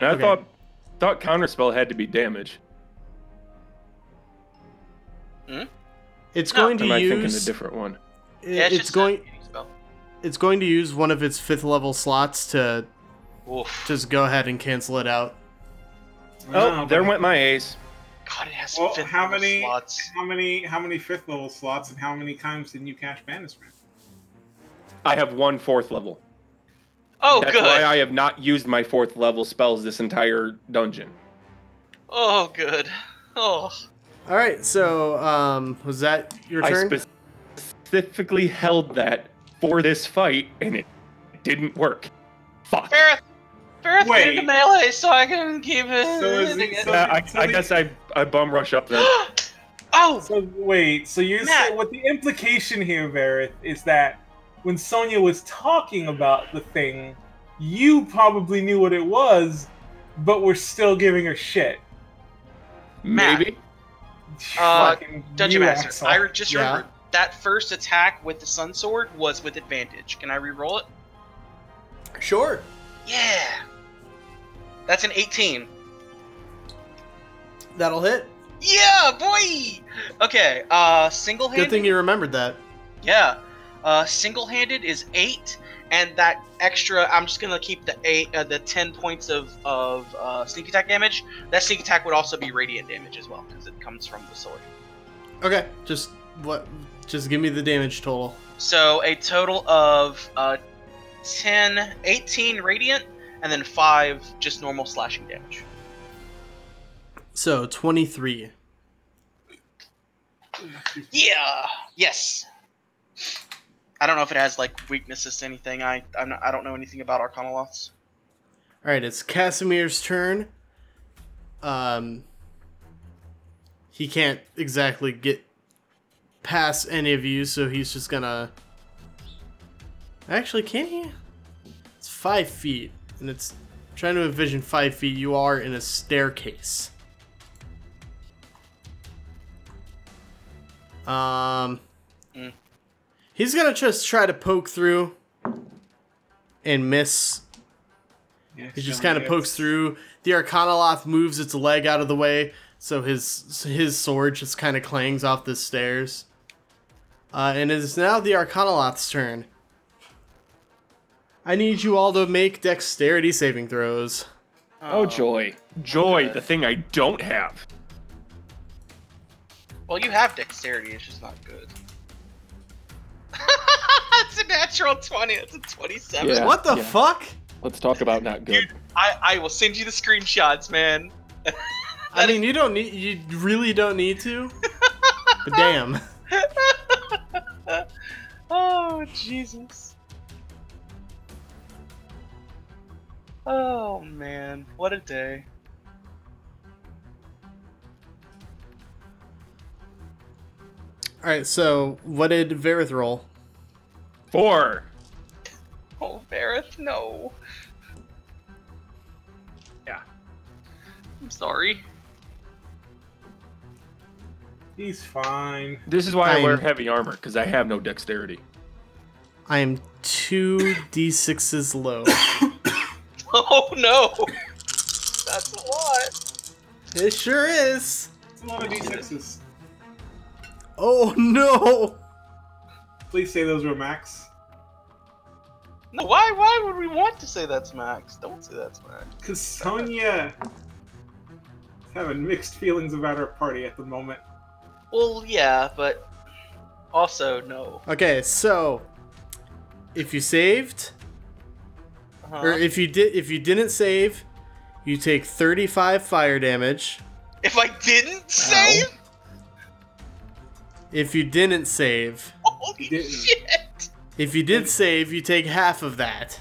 Speaker 2: And I
Speaker 1: Okay.
Speaker 2: thought thought counterspell had to be damage.
Speaker 1: It's
Speaker 4: No.
Speaker 1: going
Speaker 2: Or
Speaker 1: to
Speaker 2: Am I thinking a
Speaker 1: use
Speaker 2: different one?
Speaker 1: it-
Speaker 4: Yeah,
Speaker 1: it's
Speaker 4: just a
Speaker 1: going
Speaker 4: shooting Spell.
Speaker 1: it's going to use one of its fifth level slots to
Speaker 4: Oof.
Speaker 1: just go ahead and cancel it out.
Speaker 2: Oh, there
Speaker 3: but
Speaker 2: went my ace.
Speaker 4: God, it has
Speaker 3: Well,
Speaker 4: fifth
Speaker 3: how
Speaker 4: level
Speaker 3: many-
Speaker 4: slots.
Speaker 3: How many how many fifth level slots and how many times did you cash banishment?
Speaker 2: I have one fourth level.
Speaker 4: Oh,
Speaker 2: That's
Speaker 4: good.
Speaker 2: why I have not used my fourth level spells this entire dungeon.
Speaker 4: Oh, good. Oh,
Speaker 1: Alright, so um was that your
Speaker 2: I
Speaker 1: turn?
Speaker 2: spe- specifically held that for this fight, and it didn't work. Fuck.
Speaker 4: Ferris. Ferris
Speaker 3: Wait.
Speaker 4: needed a melee, so I can keep it.
Speaker 3: So
Speaker 4: *laughs*
Speaker 3: is he- so-
Speaker 2: Yeah, Uh, I,
Speaker 3: so
Speaker 2: I
Speaker 3: the-
Speaker 2: guess I, I bum rush up then.
Speaker 4: oh,
Speaker 3: So wait, so you're
Speaker 4: Matt.
Speaker 3: saying what the implication here, Vareth, is that when Sonya was talking about the thing, you probably knew what it was, but were still giving her shit.
Speaker 4: *gasps* Matt.
Speaker 2: Maybe.
Speaker 4: Uh,
Speaker 3: Fucking
Speaker 4: Dungeon
Speaker 3: you
Speaker 4: Master.
Speaker 3: asshole.
Speaker 4: I re- just
Speaker 1: Yeah.
Speaker 4: remembered that first attack with the Sun Sword was with advantage. Can I re-roll it?
Speaker 1: sure.
Speaker 4: Yeah. That's an 18.
Speaker 1: That'll hit.
Speaker 4: Yeah, boy. Okay. Uh, single-handed.
Speaker 1: Good thing you remembered that.
Speaker 4: Yeah. Uh, single-handed is eight, and that extra. I'm just gonna keep the eight, uh, the ten points of of uh, sneak attack damage. That sneak attack would also be radiant damage as well because it comes from the sword.
Speaker 1: Okay. Just what just give me the damage total.
Speaker 4: So a total of uh, 10, 18 radiant, and then five just normal slashing damage.
Speaker 1: So twenty-three.
Speaker 4: Yeah. Yes. I don't know if it has like weaknesses to anything. I I'm not, I don't know anything about Arcanoloths.
Speaker 1: All right, it's Casimir's turn. Um, he can't exactly get past any of you, so he's just gonna. Actually, can he? It's five feet, and it's trying to envision five feet. You are in a staircase. Um,
Speaker 4: Mm.
Speaker 1: he's gonna just try to poke through and miss
Speaker 3: Yeah,
Speaker 1: he just
Speaker 3: Sonya
Speaker 1: kind of
Speaker 3: is-
Speaker 1: pokes through. The Arcanoloth moves its leg out of the way, so his his sword just kind of clangs off the stairs. Uh, and it is now the Arcanoloth's turn. I need you all to make dexterity saving throws.
Speaker 2: Oh,
Speaker 4: Um,
Speaker 2: joy. Joy, the thing I don't have.
Speaker 4: Well, you have dexterity. It's just not good. *laughs* it's a natural twenty. It's a twenty-seven.
Speaker 2: Yeah,
Speaker 1: what the
Speaker 2: yeah.
Speaker 1: fuck?
Speaker 2: Let's talk about not
Speaker 4: Dude, I I will send you the screenshots, man.
Speaker 1: I
Speaker 4: That
Speaker 1: mean, you don't need. You really don't need to. but damn.
Speaker 4: Oh Jesus. Oh man, what a day.
Speaker 1: All right. So, what did Varith roll?
Speaker 2: Four.
Speaker 4: Oh, Vareth, no.
Speaker 2: Yeah.
Speaker 4: I'm sorry.
Speaker 3: He's fine.
Speaker 2: This is why I wear
Speaker 1: Fine.
Speaker 2: heavy armor, because I have no dexterity.
Speaker 1: I am two d6s low.
Speaker 4: *laughs* Oh no! That's a lot!
Speaker 1: it sure is.
Speaker 3: It's a lot of d6s.
Speaker 1: Oh no!
Speaker 3: It's Please say those were Max.
Speaker 4: No, why? Why would we want to say that's Max? Don't say that's Max.
Speaker 3: Because Sonia is having mixed feelings about her party at the moment.
Speaker 4: Well, yeah, but also no.
Speaker 1: Okay, so if you saved,
Speaker 4: Uh-huh.
Speaker 1: or if you did, if you didn't save, you take 35 fire damage.
Speaker 4: if I didn't save,
Speaker 1: If you didn't save,
Speaker 4: *laughs* holy
Speaker 3: Didn't.
Speaker 4: shit!
Speaker 1: if you did save, you take half of that.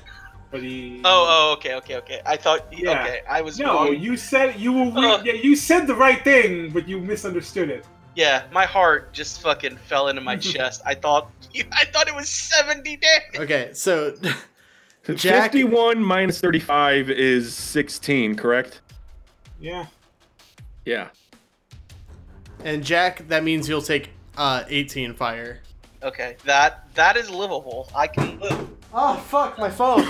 Speaker 3: But he.
Speaker 4: Oh, oh, okay, okay, okay. I thought.
Speaker 3: Yeah.
Speaker 4: Okay, I was
Speaker 3: No,
Speaker 4: wrong.
Speaker 3: you said you were. Re-
Speaker 4: Uh.
Speaker 3: yeah, you said the right thing, but you misunderstood it.
Speaker 4: Yeah, my heart just fucking fell into
Speaker 3: *laughs*
Speaker 4: my chest. I thought. *laughs* I thought it was seventy damage.
Speaker 1: Okay, so *laughs* Jack-
Speaker 2: 51 minus 35 is 16, correct?
Speaker 3: Yeah.
Speaker 2: *laughs* Yeah.
Speaker 1: and Jack, that means you'll take uh 18 fire.
Speaker 4: Okay, that that is livable. I can live.
Speaker 1: Oh fuck, my phone.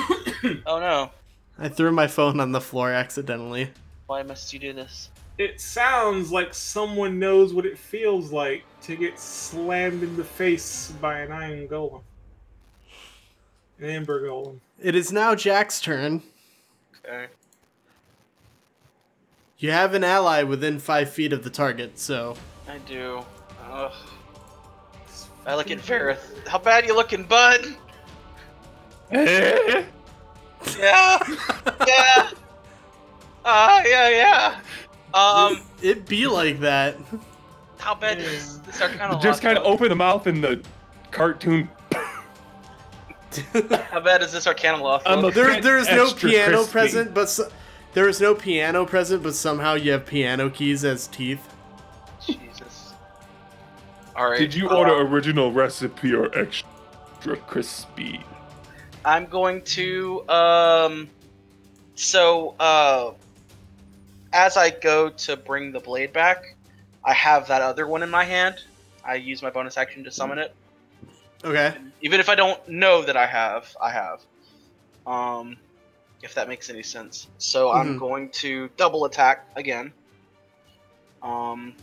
Speaker 4: Oh no!
Speaker 1: *coughs* I threw my phone on the floor accidentally.
Speaker 4: Why must you do this?
Speaker 3: It sounds like someone knows what it feels like to get slammed in the face by an iron golem. An amber golem.
Speaker 1: It is now Jack's turn.
Speaker 4: Okay.
Speaker 1: You have an ally within five feet of the target, so
Speaker 4: I do. Ugh. I look at Ferrith. How bad you looking, bud? *laughs* Yeah. yeah. Ah, yeah, yeah. Um,
Speaker 1: it be like *laughs* that.
Speaker 4: how bad is this Arcana
Speaker 2: Just
Speaker 4: lock?
Speaker 2: kind of open the mouth in the cartoon.
Speaker 4: How bad is this Arcana lock?
Speaker 2: I'm a-
Speaker 1: There, there is no
Speaker 2: Extra
Speaker 1: piano
Speaker 2: crispy.
Speaker 1: present, but so, there is no piano present, but somehow you have piano keys as teeth.
Speaker 4: Jesus. All right.
Speaker 2: Did you
Speaker 4: uh,
Speaker 2: order original recipe or extra crispy?
Speaker 4: I'm going to um so uh as I go to bring the blade back, I have that other one in my hand. I use my bonus action to summon it.
Speaker 1: Okay.
Speaker 4: Even if I don't know that I have, I have. Um if that makes any sense. So I'm
Speaker 1: Mhm.
Speaker 4: going to double attack again. Um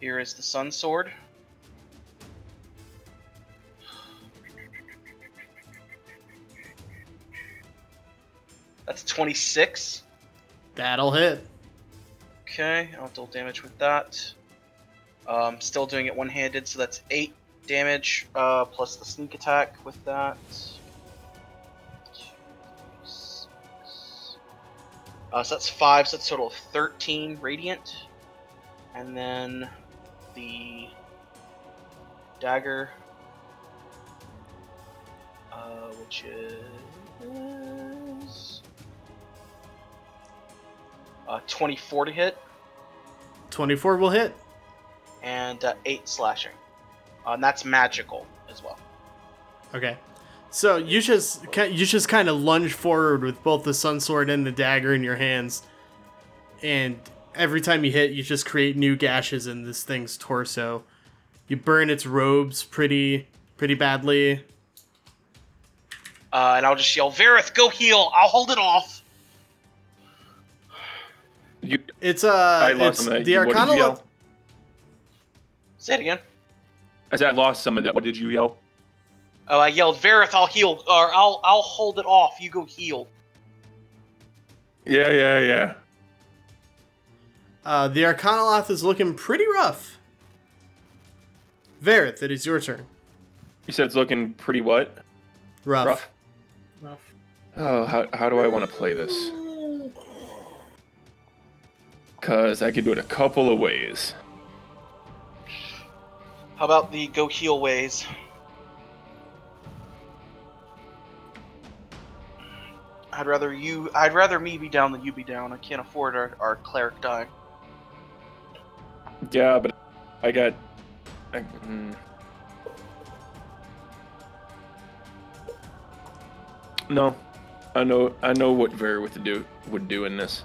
Speaker 4: here is the sun sword. That's 26.
Speaker 1: That'll hit.
Speaker 4: Okay, I'll deal damage with that. Um, still doing it one-handed, so that's eight damage uh, plus the sneak attack with that. Uh, so that's five, so that's a total of thirteen radiant, and then the dagger, uh, which is uh, twenty-four to hit.
Speaker 1: Twenty-four will hit.
Speaker 4: and uh, eight slashing. Uh, and that's magical as well.
Speaker 1: Okay. So you just ki- you just kind of lunge forward with both the sun sword and the dagger in your hands, and every time you hit, you just create new gashes in this thing's torso. You burn its robes pretty pretty badly.
Speaker 4: Uh, and I'll just yell, Verith, go heal! I'll hold it off!
Speaker 2: You,
Speaker 1: It's uh,
Speaker 2: I
Speaker 1: it's
Speaker 2: lost some of that.
Speaker 1: the
Speaker 2: What did
Speaker 1: Arcana.
Speaker 2: you yell?
Speaker 1: lock-
Speaker 4: Say it again.
Speaker 2: I said I lost some of that. What did you yell?
Speaker 4: Oh, I yelled, Verith, I'll heal, or I'll, I'll hold it off, you go heal.
Speaker 2: Yeah, yeah, yeah.
Speaker 1: Uh, the Arcanoloth is looking pretty rough. Verith, it is your turn.
Speaker 2: You said it's looking pretty what?
Speaker 1: Rough.
Speaker 2: Rough. Oh, how, how do I want to play this? Because I could do it a couple of ways.
Speaker 4: How about the go heal ways? I'd rather you, I'd rather me be down than you be down. I can't afford our, our cleric dying.
Speaker 2: Yeah, but I got. I, mm. No, I know. I know what Verwith would do would do in this.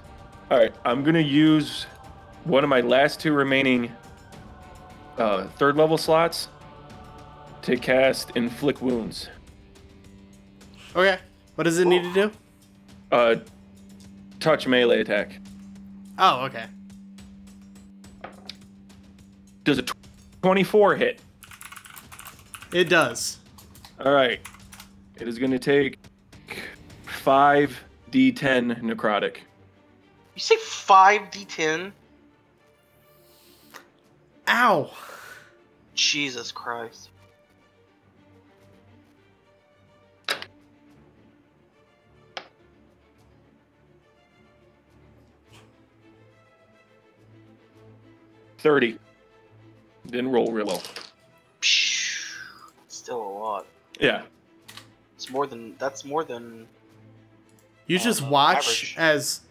Speaker 2: All right, I'm gonna use one of my last two remaining uh, third level slots to cast inflict wounds.
Speaker 1: Okay. What does it need to do?
Speaker 2: Uh, touch melee attack.
Speaker 1: Oh, okay.
Speaker 2: Does a tw- 24 hit?
Speaker 1: It does.
Speaker 2: All right. It is going to take 5d10 necrotic.
Speaker 4: You say five d10?
Speaker 1: Ow.
Speaker 4: Jesus Christ.
Speaker 2: Thirty. Didn't roll real low.
Speaker 4: Phew. Still a lot.
Speaker 2: Yeah.
Speaker 4: It's more than that's more than
Speaker 1: You
Speaker 4: Uh,
Speaker 1: just watch
Speaker 4: average.
Speaker 1: as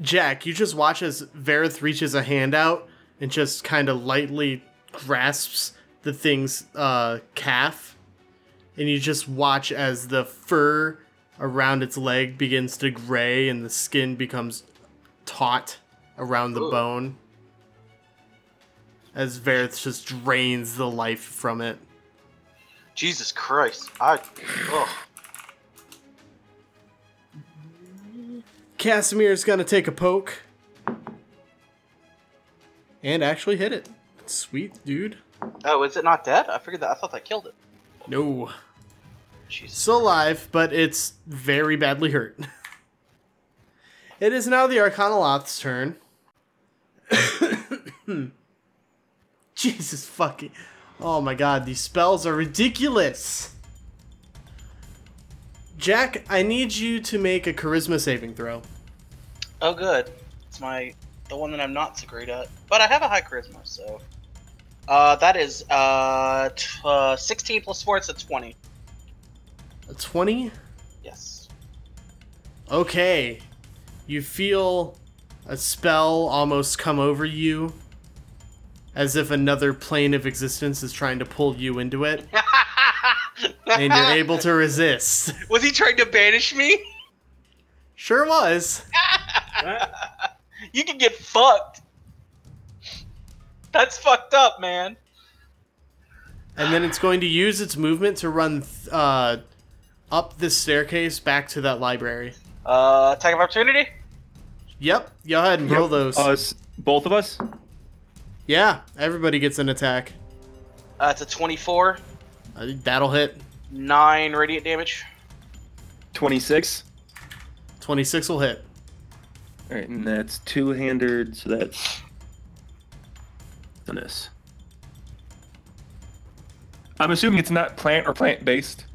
Speaker 1: Jack, you just watch as Verith reaches a hand out and just kind of lightly grasps the thing's uh, calf. And you just watch as the fur around its leg begins to gray and the skin becomes taut around the
Speaker 4: Ooh.
Speaker 1: bone. As Verith just drains the life from it.
Speaker 4: Jesus Christ. I ugh.
Speaker 1: Casimir's gonna take a poke. And actually hit it. Sweet dude.
Speaker 4: Oh, is it not dead? I figured that I thought that killed it.
Speaker 1: No.
Speaker 4: Jesus.
Speaker 1: Still alive, but it's very badly hurt. *laughs* it is now the Arcanoloth's turn. *coughs* Jesus fucking. Oh my god, these spells are ridiculous! Jack, I need you to make a charisma saving throw.
Speaker 4: Oh good. It's my the one that I'm not so great at. But I have a high charisma, so uh, that is uh, t- uh, 16 plus 4, it's a 20.
Speaker 1: A 20?
Speaker 4: Yes.
Speaker 1: Okay. You feel a spell almost come over you as if another plane of existence is trying to pull you into it, *laughs* and
Speaker 4: *laughs*
Speaker 1: you're able to resist.
Speaker 4: Was he trying to banish me?
Speaker 1: Sure was.
Speaker 4: You can get fucked. That's fucked up, man.
Speaker 1: And then it's going to use its movement to run th- uh, up this staircase back to that library.
Speaker 4: Uh, attack of opportunity.
Speaker 1: Yep, go ahead and roll those.
Speaker 2: Us, both of us.
Speaker 1: yeah, everybody gets an attack.
Speaker 4: Uh, it's a 24,
Speaker 1: Uh, that'll hit.
Speaker 4: nine radiant damage.
Speaker 2: Twenty-six.
Speaker 1: 26 will hit.
Speaker 2: All right, and that's two-handed, so that's this. I'm assuming it's not plant or plant-based.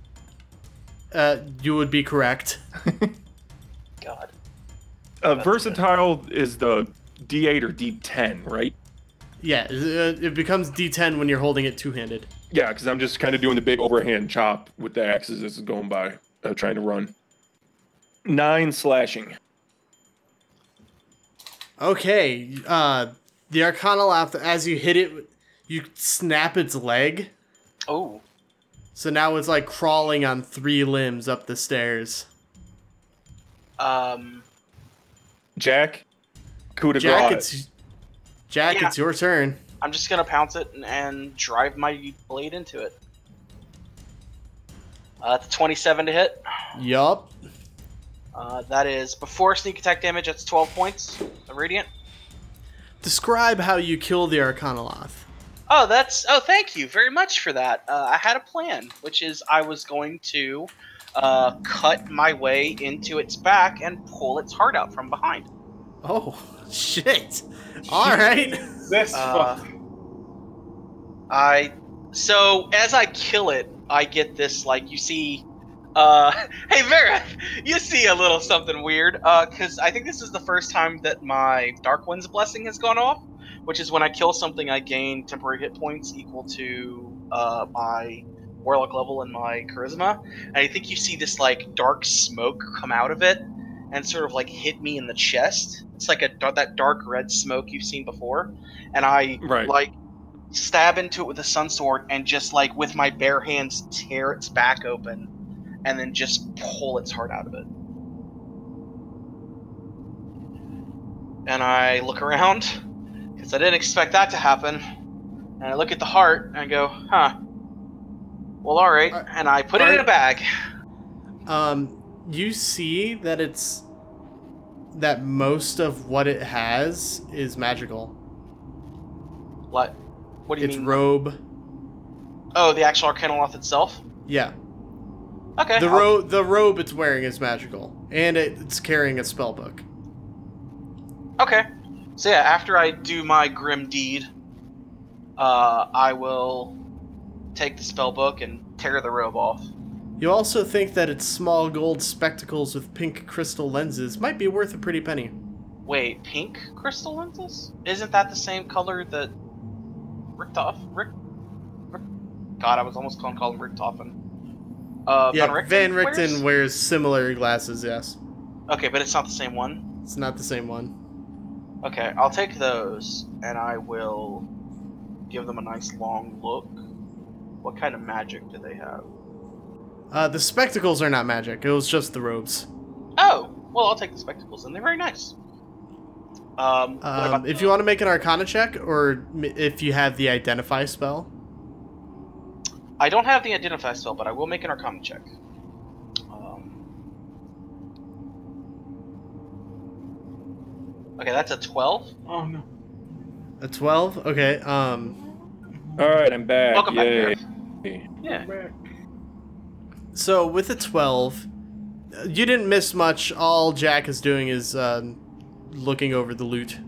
Speaker 1: Uh, you would be correct.
Speaker 4: God.
Speaker 2: Uh,
Speaker 4: That's
Speaker 2: versatile is the D8 or D10, right?
Speaker 1: Yeah, it- it it becomes D10 when you're holding it two handed.
Speaker 2: Yeah, because I'm just kind of doing the big overhand chop with the axes as it's going by, uh, trying to run. Nine slashing.
Speaker 1: Okay, uh, the Arcanoloth, as you hit it, you snap its leg.
Speaker 4: Oh.
Speaker 1: So now it's like crawling on three limbs up the stairs.
Speaker 4: Um.
Speaker 2: Jack, coup de
Speaker 1: Jack,
Speaker 2: grace.
Speaker 1: it's Jack,
Speaker 4: Yeah.
Speaker 1: it's your turn.
Speaker 4: I'm just gonna pounce it and, and drive my blade into it. Uh, it's a 27 to hit.
Speaker 1: Yup.
Speaker 4: Uh, that is before sneak attack damage. That's 12 points of radiant.
Speaker 1: Describe how you kill the Arcanoloth.
Speaker 4: Oh, that's oh, thank you very much for that. Uh, I had a plan, which is I was going to uh, cut my way into its back and pull its heart out from behind.
Speaker 1: Oh, shit. All right.
Speaker 3: That's
Speaker 4: Uh,
Speaker 3: fuck.
Speaker 4: I so as I kill it, I get this like you see. Uh, *laughs* hey Vera, you see a little something weird. Uh, cause I think this is the first time that my Dark One's blessing has gone off, which is when I kill something, I gain temporary hit points equal to uh my warlock level and my charisma. And I think you see this like dark smoke come out of it and sort of like hit me in the chest. It's like a dar- that dark red smoke you've seen before, and I
Speaker 2: Right.
Speaker 4: like stab into it with a sun sword and just like with my bare hands tear its back open and then just pull its heart out of it and i look around because i didn't expect that to happen and i look at the heart and i go huh well Uh, all right
Speaker 1: Are-
Speaker 4: and i put it in
Speaker 1: are-
Speaker 4: a bag
Speaker 1: Um, you see that it's that most of what it has is magical.
Speaker 4: what what do you
Speaker 1: Its
Speaker 4: mean
Speaker 1: robe,
Speaker 4: Oh, the actual Arcanoloth itself.
Speaker 1: Yeah.
Speaker 4: Okay.
Speaker 1: The
Speaker 4: I'll-
Speaker 1: robe the robe it's wearing is magical, and it, it's carrying a spell book.
Speaker 4: Okay. So yeah, after I do my grim deed, uh, I will take the spell book and tear the robe off.
Speaker 1: You also think that its small gold spectacles with pink crystal lenses might be worth a pretty penny.
Speaker 4: Wait, pink crystal lenses? Isn't that the same color that Richtof? Rick, Rick? God, I was almost calling calling Richtofen. Uh,
Speaker 1: yeah,
Speaker 4: Van Richten.
Speaker 1: Van
Speaker 4: wears?
Speaker 1: Richten wears? similar glasses, yes.
Speaker 4: Okay, but it's not the same one.
Speaker 1: It's not the same one.
Speaker 4: Okay, I'll take those and I will give them a nice long look. What kind of magic do they have?
Speaker 1: Uh, the spectacles are not magic, it was just the robes.
Speaker 4: Oh, well, I'll take the spectacles, and they're very nice. Um, what
Speaker 1: Um,
Speaker 4: about
Speaker 1: if
Speaker 4: the-
Speaker 1: you want to make an arcana check, or m- if you have the identify spell,
Speaker 4: I don't have the identify spell, but I will make an Arcana check. Um, okay, that's a twelve.
Speaker 3: Oh no.
Speaker 1: a 12? Okay, um,
Speaker 2: All right, I'm back.
Speaker 4: Welcome
Speaker 2: Yay.
Speaker 4: back, Griff. Yeah.
Speaker 3: Where-
Speaker 1: so with a 12, uh, you didn't miss much. All Jack is doing is um, looking over the loot.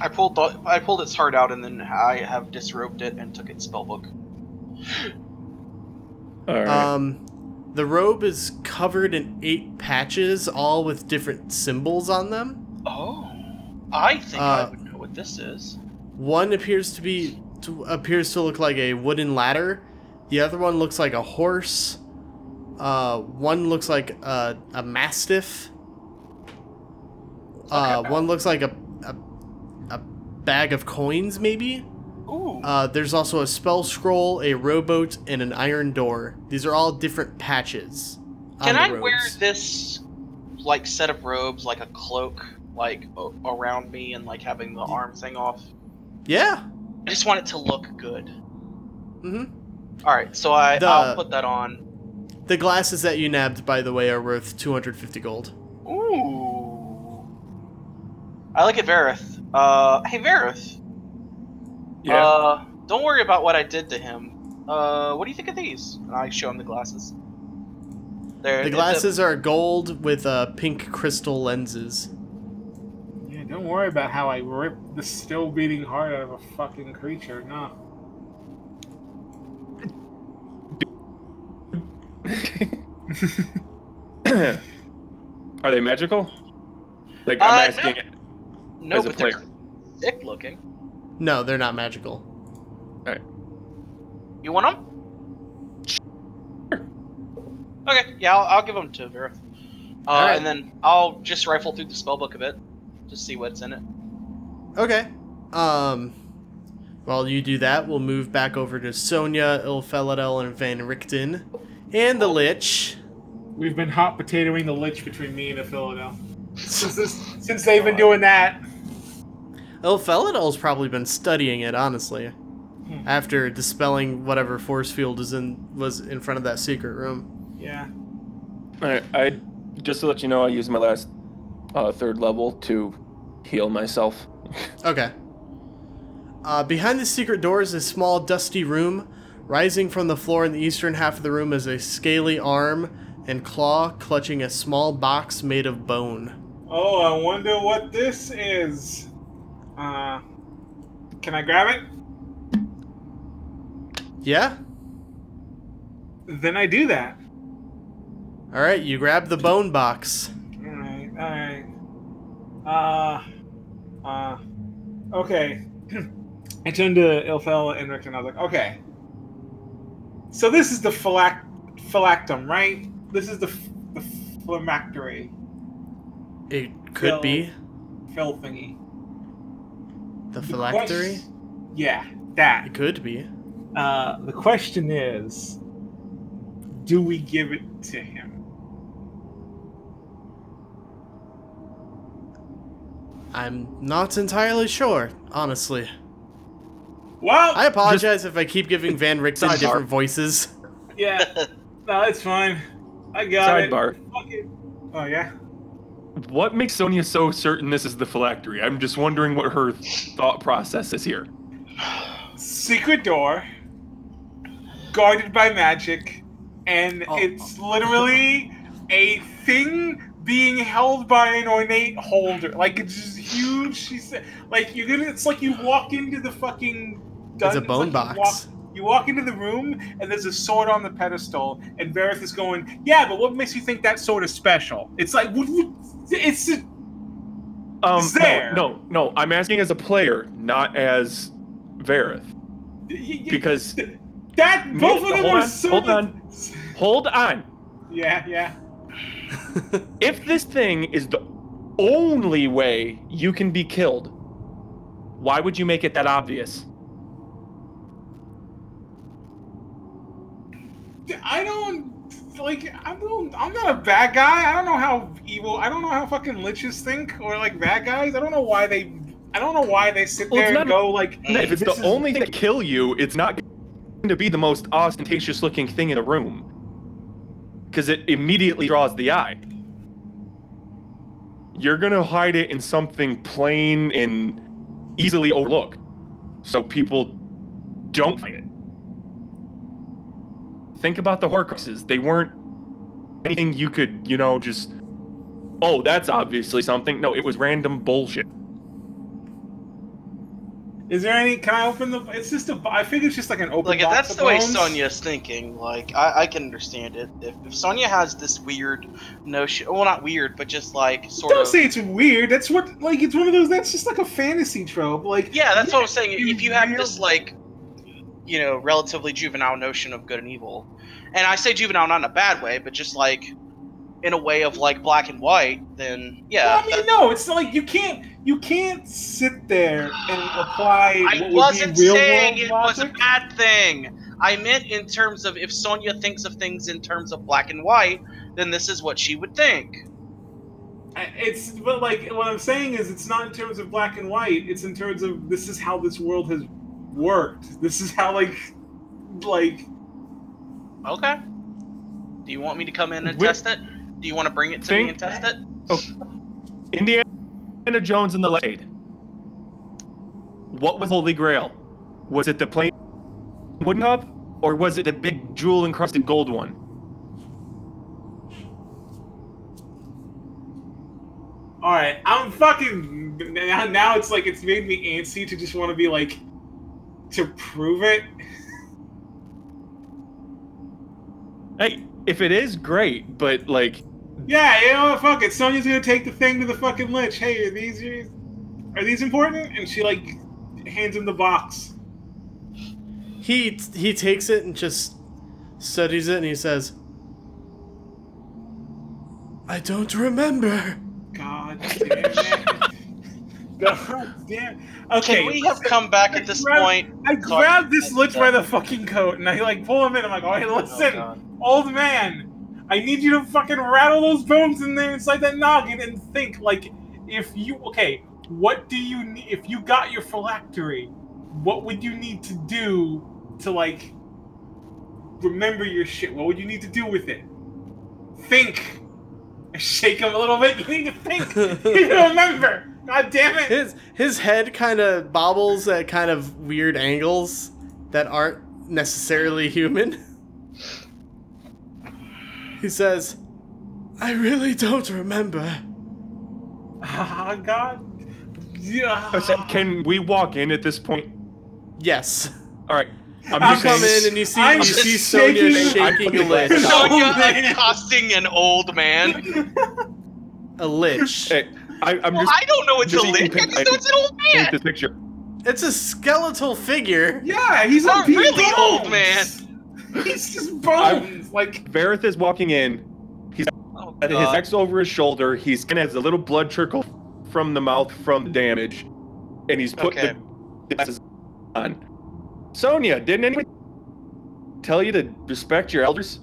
Speaker 4: I pulled the, I pulled its heart out, and then I have disrobed it and took its spellbook.
Speaker 2: All right.
Speaker 1: Um, the robe is covered in eight patches, all with different symbols on them.
Speaker 4: Oh, I think I
Speaker 1: Uh,
Speaker 4: would know what this is.
Speaker 1: One appears to be to, appears to look like a wooden ladder. The other one looks like a horse. Uh, one looks like a, a mastiff. Uh,
Speaker 4: Okay.
Speaker 1: one looks like a, a a bag of coins, maybe.
Speaker 4: Ooh.
Speaker 1: Uh, there's also a spell scroll, a rowboat, and an iron door. These are all different patches. on
Speaker 4: Can
Speaker 1: the
Speaker 4: I wear
Speaker 1: robes.
Speaker 4: this like set of robes, like a cloak, like o- around me, and like having the arm thing off?
Speaker 1: Yeah.
Speaker 4: I just want it to look good.
Speaker 1: hmm
Speaker 4: All right, so I
Speaker 1: The-
Speaker 4: I'll put that on.
Speaker 1: The glasses that you nabbed, by the way, are worth 250 gold.
Speaker 4: Ooh. I look at Varith. Uh, hey Varith.
Speaker 2: yeah.
Speaker 4: Uh, don't worry about what I did to him. Uh, what do you think of these? And I show him the glasses.
Speaker 1: The
Speaker 4: They're it's a-
Speaker 1: glasses are gold with uh, pink crystal lenses.
Speaker 3: Yeah, don't worry about how I ripped the still beating heart out of a fucking creature. No.
Speaker 2: *coughs* Are they magical? Like
Speaker 4: Uh,
Speaker 2: I'm asking.
Speaker 4: no,
Speaker 2: as a
Speaker 4: but they're
Speaker 2: player.
Speaker 4: sick looking.
Speaker 1: No, they're not magical.
Speaker 4: You want them? Okay, yeah, I'll, I'll give them to Varith. Uh,
Speaker 1: All right.
Speaker 4: and then I'll just rifle through the spellbook a bit, just see what's in it.
Speaker 1: Okay. Um. While you do that, we'll move back over to Sonia, Ilfeladel, and Van Richten, and the Lich.
Speaker 3: We've been hot potatoing the lich between me and a Philadelphia. Since, this, since they've been doing that.
Speaker 1: Ilfeladel's Oh, probably been studying it, honestly,
Speaker 3: Hmm.
Speaker 1: after dispelling whatever force field is in was in front of that secret room.
Speaker 3: Yeah.
Speaker 2: All right, I just to let you know, I used my last uh, third level to heal myself.
Speaker 1: Okay. Uh, behind the secret door is a small, dusty room. Rising from the floor in the eastern half of the room is a scaly arm and claw clutching a small box made of bone.
Speaker 3: Oh, I wonder what this is. Uh, can I grab it?
Speaker 1: Yeah?
Speaker 3: Then I do that.
Speaker 1: Alright, you grab the bone box.
Speaker 3: Alright, alright. Uh, uh, okay. *clears throat* I turned to Ilfel and Rick and I was like, okay. So this is the phylac- phylactum, right? This is the, f- the phylactery
Speaker 1: It could
Speaker 3: Well-
Speaker 1: be
Speaker 3: fill thingy.
Speaker 1: the
Speaker 3: The
Speaker 1: phylactery.
Speaker 3: quest- Yeah, that.
Speaker 1: It could be.
Speaker 3: Uh, the question is do we give it to him?
Speaker 1: I'm not entirely sure, honestly.
Speaker 3: Well,
Speaker 1: I apologize if I keep giving Van Richten
Speaker 2: Sidebar.
Speaker 1: different voices.
Speaker 3: yeah. no, it's fine. I got it.
Speaker 2: Sidebar:
Speaker 3: Fuck it. Oh, yeah?
Speaker 2: What makes Sonia so certain this is the phylactery? I'm just wondering what her thought process is here.
Speaker 3: Secret door. guarded by magic, and
Speaker 1: Oh.
Speaker 3: it's literally a thing being held by an ornate holder. Like it's just huge. She said, like you're gonna. It's like you walk into the fucking.
Speaker 1: It's a
Speaker 3: dungeon,
Speaker 1: bone
Speaker 3: like you walk-
Speaker 1: box.
Speaker 3: you walk into the room and there's a sword on the pedestal, and Vareth is going, "Yeah, but what makes you think that sword is special?" It's like, what, what- it's a,
Speaker 2: Um,
Speaker 3: It's there.
Speaker 2: No, no, no, I'm asking as a player, not as Vareth, because
Speaker 3: that both of them
Speaker 2: Hold
Speaker 3: are
Speaker 2: on,
Speaker 3: so.
Speaker 2: hold on. hold on.
Speaker 3: *laughs* Yeah, yeah.
Speaker 2: If this thing is the only way you can be killed, why would you make it that obvious?
Speaker 3: I don't like. I don't. I'm not a bad guy. I don't know how evil. I don't know how fucking liches think or like bad guys. I don't know why they. I don't know why they sit
Speaker 2: Well, it's
Speaker 3: there and
Speaker 2: not a-
Speaker 3: go like.
Speaker 2: No, if it's
Speaker 3: "This
Speaker 2: the
Speaker 3: is-
Speaker 2: only thing to kill you, it's not going to be the most ostentatious looking thing in the room. Because it immediately draws the eye. You're going to hide it in something plain and easily overlooked. So people don't find it. Think about the Horcruxes. They weren't anything you could, you know, just, oh, that's obviously something. No, it was random bullshit.
Speaker 3: Is there any? Can I open the? It's just a. I think it's just like an open.
Speaker 4: Like if
Speaker 3: box
Speaker 4: that's
Speaker 3: of
Speaker 4: the way
Speaker 3: bones.
Speaker 4: Sonya's thinking, like I, I can understand it. If, if Sonya has this weird notion, well, not weird, but just like sort
Speaker 3: Don't
Speaker 4: of.
Speaker 3: say it's weird. That's what. Like it's one of those. That's just like a fantasy trope. Like
Speaker 4: yeah, that's what I'm saying. If you have
Speaker 3: Weird.
Speaker 4: this like, you know, relatively juvenile notion of good and evil, and I say juvenile not in a bad way, but just like in a way of like black and white, then yeah.
Speaker 3: Well, I mean, no. It's like you can't. You can't sit there and apply.
Speaker 4: I
Speaker 3: what would be
Speaker 4: wasn't
Speaker 3: real
Speaker 4: saying
Speaker 3: world
Speaker 4: it was
Speaker 3: logic.
Speaker 4: a bad thing. I meant in terms of if Sonya thinks of things in terms of black and white, then this is what she would think.
Speaker 3: I- It's but like what I'm saying is it's not in terms of black and white. It's in terms of this is how this world has worked. This is how like like
Speaker 4: Okay. Do you want me to come in and
Speaker 2: Wh-
Speaker 4: test it? Do you want to bring it to
Speaker 2: Think-
Speaker 4: me and test it?
Speaker 2: Indiana Jones and the Lade. What was Holy Grail? Was it the plain wooden hub, or was it the big jewel encrusted gold one?
Speaker 3: all right. I'm fucking now. Now it's like it's made me antsy to just want to be like to prove it.
Speaker 2: Hey, if it is great, but like,
Speaker 3: Yeah, you know what? Fuck it. Sonya's gonna take the thing to the fucking lich. Hey, are these your- are these important? And she like hands him the box.
Speaker 1: He he takes it and just studies it and he says, "I don't remember."
Speaker 3: God damn it. God damn. Okay.
Speaker 4: Can we have come back at this
Speaker 3: Grab-
Speaker 4: point?
Speaker 3: *laughs* I grabbed this
Speaker 4: Sorry.
Speaker 3: lich by the fucking coat and I like pull him in. I'm like, all right, listen,
Speaker 4: God.
Speaker 3: old man, I need you to fucking rattle those bones in there inside that noggin and think like, if you okay, what do you need? If you got your phylactery, what would you need to do to like remember your shit? What would you need to do with it? Think. Shake him a little bit. *laughs* You need to think. you need to remember. God damn it. *laughs*
Speaker 1: His his head kind of bobbles at kind of weird angles that aren't necessarily human. He says, "I really don't remember."
Speaker 3: Ah, God. Yeah.
Speaker 2: I said, Oh, can we walk in at this point?
Speaker 1: Yes.
Speaker 2: All right, I'm
Speaker 3: I'm
Speaker 1: You
Speaker 2: just
Speaker 1: come
Speaker 2: saying-
Speaker 1: in and you see
Speaker 3: I'm
Speaker 1: you see
Speaker 3: just
Speaker 1: Sonya
Speaker 3: shaking-
Speaker 1: shaking a lich,
Speaker 3: No,
Speaker 4: Sonya
Speaker 3: Oh, man.
Speaker 4: accosting an old man.
Speaker 1: a lich.
Speaker 2: Hey, I, I'm
Speaker 4: Well,
Speaker 2: just
Speaker 4: I don't know it's a
Speaker 2: just
Speaker 4: lich. I
Speaker 2: think-
Speaker 4: just know it's an old
Speaker 2: paint
Speaker 4: man.
Speaker 2: this picture.
Speaker 1: It's a skeletal figure.
Speaker 3: Yeah, he's
Speaker 4: Not
Speaker 3: a big
Speaker 4: really
Speaker 3: bones.
Speaker 4: old man.
Speaker 3: He's just bones. like
Speaker 2: Vareth is walking in.
Speaker 4: Oh,
Speaker 2: At his
Speaker 4: God.
Speaker 2: axe over his shoulder. He's kind of has a little blood trickle from the mouth from the damage, and he's put
Speaker 4: Okay.
Speaker 2: the glasses on. Sonia, didn't anyone tell you to respect your elders?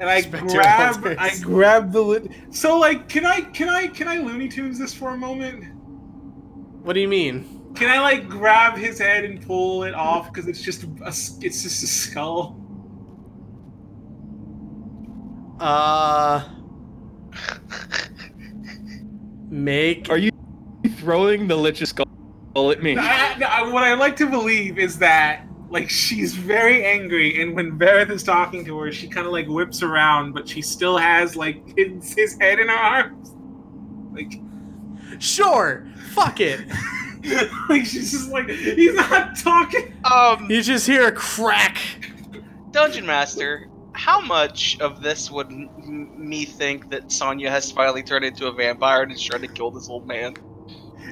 Speaker 3: and I
Speaker 1: Spectre
Speaker 3: grab
Speaker 1: Elders.
Speaker 3: I grab the lid. So like can I can I can I Looney Tunes this for a moment?
Speaker 1: What do you mean?
Speaker 3: Can I like grab his head and pull it off because it's just a s- it's just a skull?
Speaker 1: Uh Make
Speaker 2: Are you throwing the lich's skull at me?
Speaker 3: I, I, what I like to believe is that like she's very angry, and when Verith is talking to her, she kind of like whips around, but she still has like his, his head in her arms. Like,
Speaker 1: Sure, fuck it.
Speaker 3: *laughs* like she's just like he's not talking.
Speaker 4: Um,
Speaker 1: You just hear a crack.
Speaker 4: Dungeon Master, how much of this would m- m- me think that Sonya has finally turned into a vampire and is trying to kill this old man?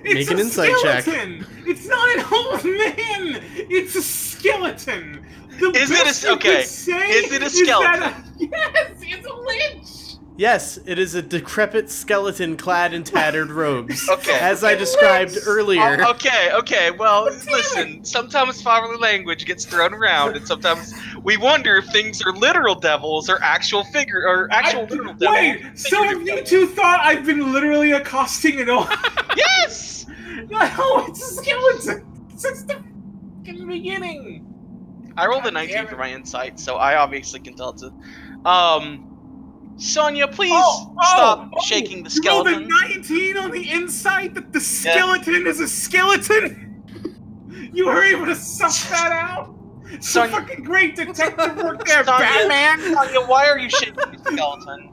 Speaker 3: It's
Speaker 1: Make an
Speaker 3: a
Speaker 1: insight check.
Speaker 3: skeleton. It's not an old man. It's a skeleton. The
Speaker 4: Is it a-
Speaker 3: best you
Speaker 4: okay.
Speaker 3: could say
Speaker 4: Is it a
Speaker 3: that a- yes, it's a lich.
Speaker 1: Yes, it is a decrepit skeleton clad in tattered robes.
Speaker 4: Okay.
Speaker 1: As I described earlier.
Speaker 4: Oh, okay, okay. Well,
Speaker 3: But *laughs* damn
Speaker 4: listen. Sometimes fatherly language gets thrown around, and sometimes we wonder if things are literal devils or actual figure or actual
Speaker 3: I-
Speaker 4: literal devils.
Speaker 3: Wait, so have you two thought I've been literally accosting an old? *laughs*
Speaker 4: Yes.
Speaker 3: no, it's a skeleton since the fucking beginning.
Speaker 4: I rolled a
Speaker 3: God
Speaker 4: 19
Speaker 3: damn
Speaker 4: for
Speaker 3: it.
Speaker 4: my insight, so I obviously can tell it's a. Um, Sonia, please
Speaker 3: Oh, oh,
Speaker 4: stop
Speaker 3: oh,
Speaker 4: shaking the
Speaker 3: You rolled a
Speaker 4: skeleton.
Speaker 3: nineteen on the inside that the skeleton is a skeleton. You were able to suss
Speaker 4: *laughs*
Speaker 3: that out. Some
Speaker 4: Sonya-
Speaker 3: fucking great
Speaker 4: *laughs*
Speaker 3: detective work there,
Speaker 4: Sonya-
Speaker 3: Batman.
Speaker 4: Sonia, why are you shaking the skeleton?